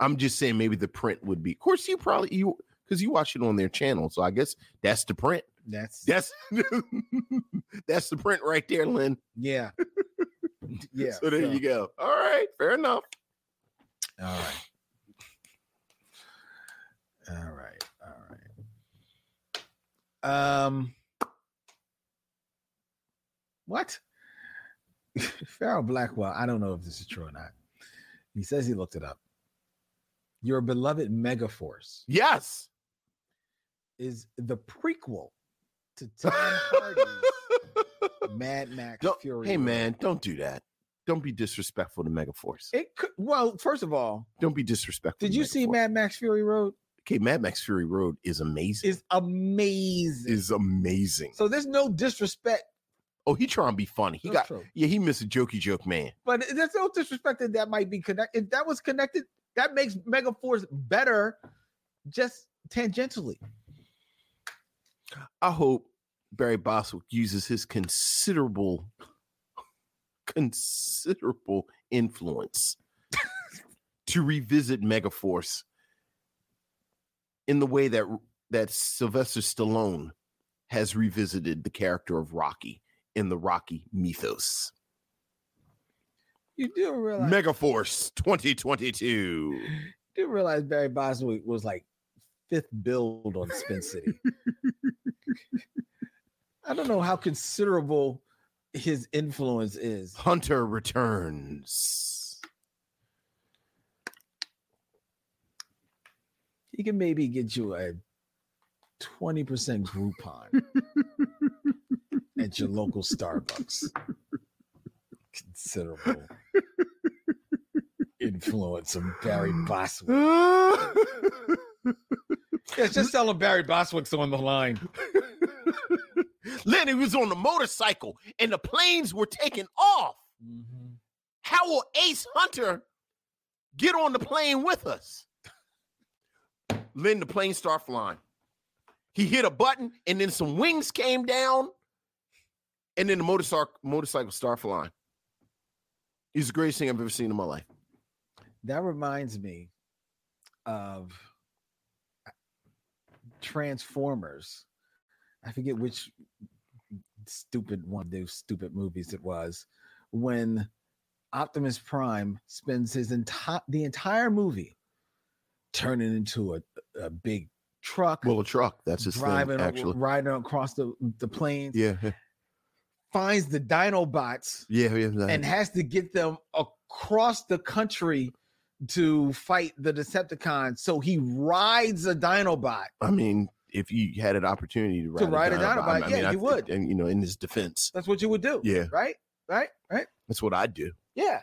I'm just saying maybe the print would be. Of course, you probably you because you watch it on their channel. So I guess that's the print. That's That's *laughs* that's the print right there, Lynn. yeah, *laughs* yeah. So there you go. All right, fair enough. go. All right, all right, all right. Um, what? *laughs* Farrell Blackwell. I don't know if this is true or not. He says he looked it up. Your beloved Megaforce Yes. is the prequel to *laughs* Tom Hardy's Mad Max Don't- Fury. hey Road. man, don't do that. Don't be disrespectful to Megaforce. It could, well, first of all, Don't be disrespectful. did to you see Megaforce. Mad Max Fury Road? Okay, Mad Max Fury Road is amazing. Is, Is amazing. amazing. so there's no disrespect. Oh, he trying to be funny. He That's got true. yeah, he missed a jokey joke man. but there's no disrespect that that might be connected. If that was connected, that makes Megaforce better, just tangentially. I hope Barry Boswick uses his considerable, considerable influence to revisit Megaforce in the way that that Sylvester Stallone has revisited the character of Rocky in the Rocky mythos. You do realize, Megaforce 2022. you do realize Barry Boswick was like fifth build on Spin *laughs* City. I don't know how considerable his influence is. Hunter returns. he can maybe get you a 20% Groupon at your local Starbucks. Considerable influence of Barry Boswick. Yeah, it's just selling Barry Boswick's on the line. Lenny was on the motorcycle and the planes were taking off. How will Ace Hunter get on the plane with us? Lynn, the plane start flying. He hit a button and then some wings came down and then the motorcycle motorcycle start flying. He's the greatest thing I've ever seen in my life. That reminds me of uh, Transformers. I forget which stupid one of those stupid movies it was when Optimus Prime spends his entire the entire movie turning into a, a big truck, Well, a truck. That's his driving thing, a- actually. riding across the, the plains, Yeah, yeah, finds the Dinobots yeah. yeah. and has to get them across the country to fight the Decepticons. So he rides a Dinobot. I mean, if you had an opportunity to ride, ride a I Dinobot, yeah, I you th- would. And you know, in his defense, That's what you would do. Yeah. Right. Right. Right. that's what I do. Yeah.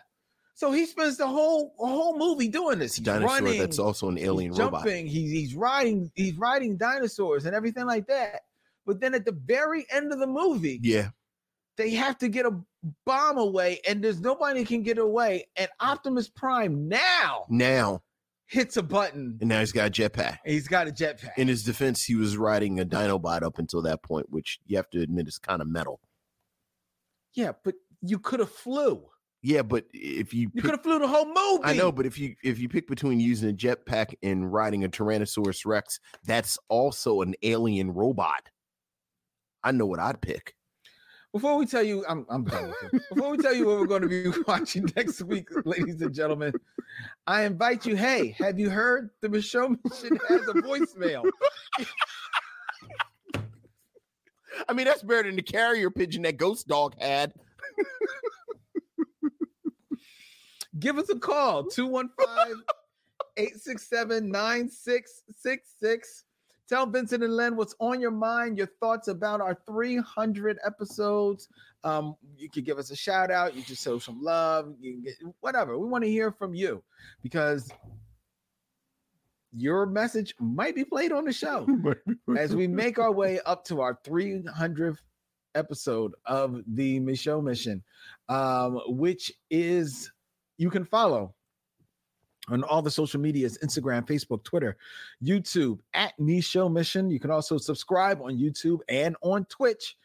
So he spends the whole whole movie doing this. He's Dinosaur running, that's also an alien he's robot. jumping, he's he's riding, he's riding dinosaurs and everything like that. But then at the very end of the movie, Yeah. they have to get a bomb away, and there's nobody can get away. And Optimus Prime now Now hits a button. and now he's got a jetpack. and he's got a jetpack. In his defense, he was riding a Dinobot up until that point, which you have to admit is kind of metal. yeah, but you could have flew. Yeah, but if you, You pick- could have flew the whole movie. I know, but if you if you pick between using a jetpack and riding a Tyrannosaurus Rex, that's also an alien robot. I know what I'd pick. Before we tell you, I'm I'm done with it. Before we tell you what we're going to be *laughs* watching next week, ladies and gentlemen, I invite you. Hey, have you heard the Michelle Mission has a voicemail? I mean, that's better than the carrier pigeon that Ghost Dog had. Give us a call 215 867 9666. Tell Vincent and Len what's on your mind, your thoughts about our 300 episodes. Um, you could give us a shout out. You just show some love. You can get whatever. We want to hear from you because your message might be played on the show as we make our way up to our 300th episode of the Michelle Mission, um, which is you can follow on all the social medias Instagram, Facebook, Twitter, YouTube at Michelle Mission. You can also subscribe on YouTube and on Twitch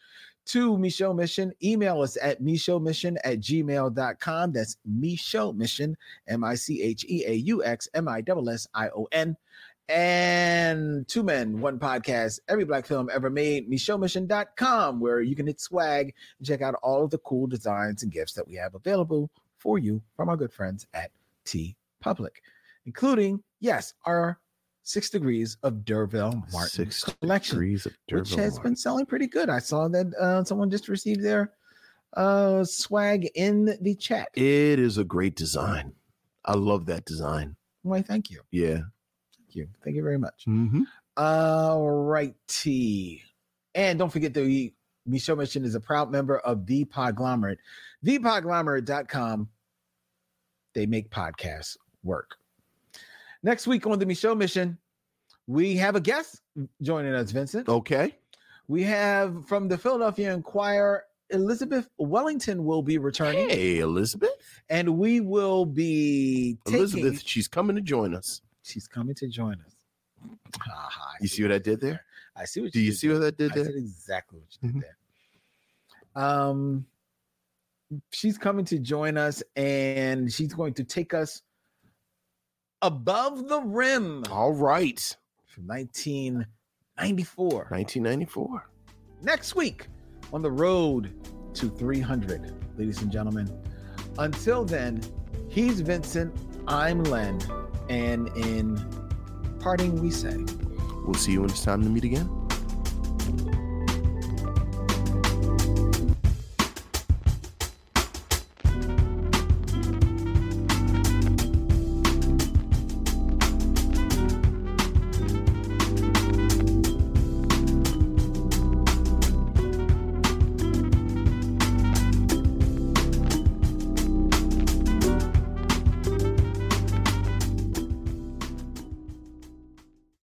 to Michelle Mission. Email us at Mission at gmail.com. That's Michelle Mission, M I C H E A U X M I S S I O N. And two men, one podcast, every black film ever made, MichelleMission.com, where you can hit swag and check out all of the cool designs and gifts that we have available for you from our good friends at T Public, including, yes, our Six Degrees of Durville Martin Six collection Degrees of which has Durville. been selling pretty good. I saw that uh, someone just received their uh, swag in the chat. It is a great design. I love that design. Why, thank you, Yeah. thank you, thank you very much. Mm-hmm. All righty, and don't forget the Michelle Mission is a proud member of the Podglomerate, thepodglomerate.com. They make podcasts work. Next week on the Michelle Mission, we have a guest joining us, Vincent. Okay. We have from the Philadelphia Inquirer, Elizabeth Wellington will be returning, Hey, Elizabeth. and we will be taking, Elizabeth, she's coming to join us. She's coming to join us. Ah, I You see what I did there? I see what Do you did see what I did I there? Mm-hmm. said exactly what you did there. Um, she's coming to join us, and she's going to take us above the rim All right. from 1994. 1994. next week on the road to 300, ladies and gentlemen. Until then, he's Vincent, I'm Len, and in parting, we say. We'll see you when it's time to meet again.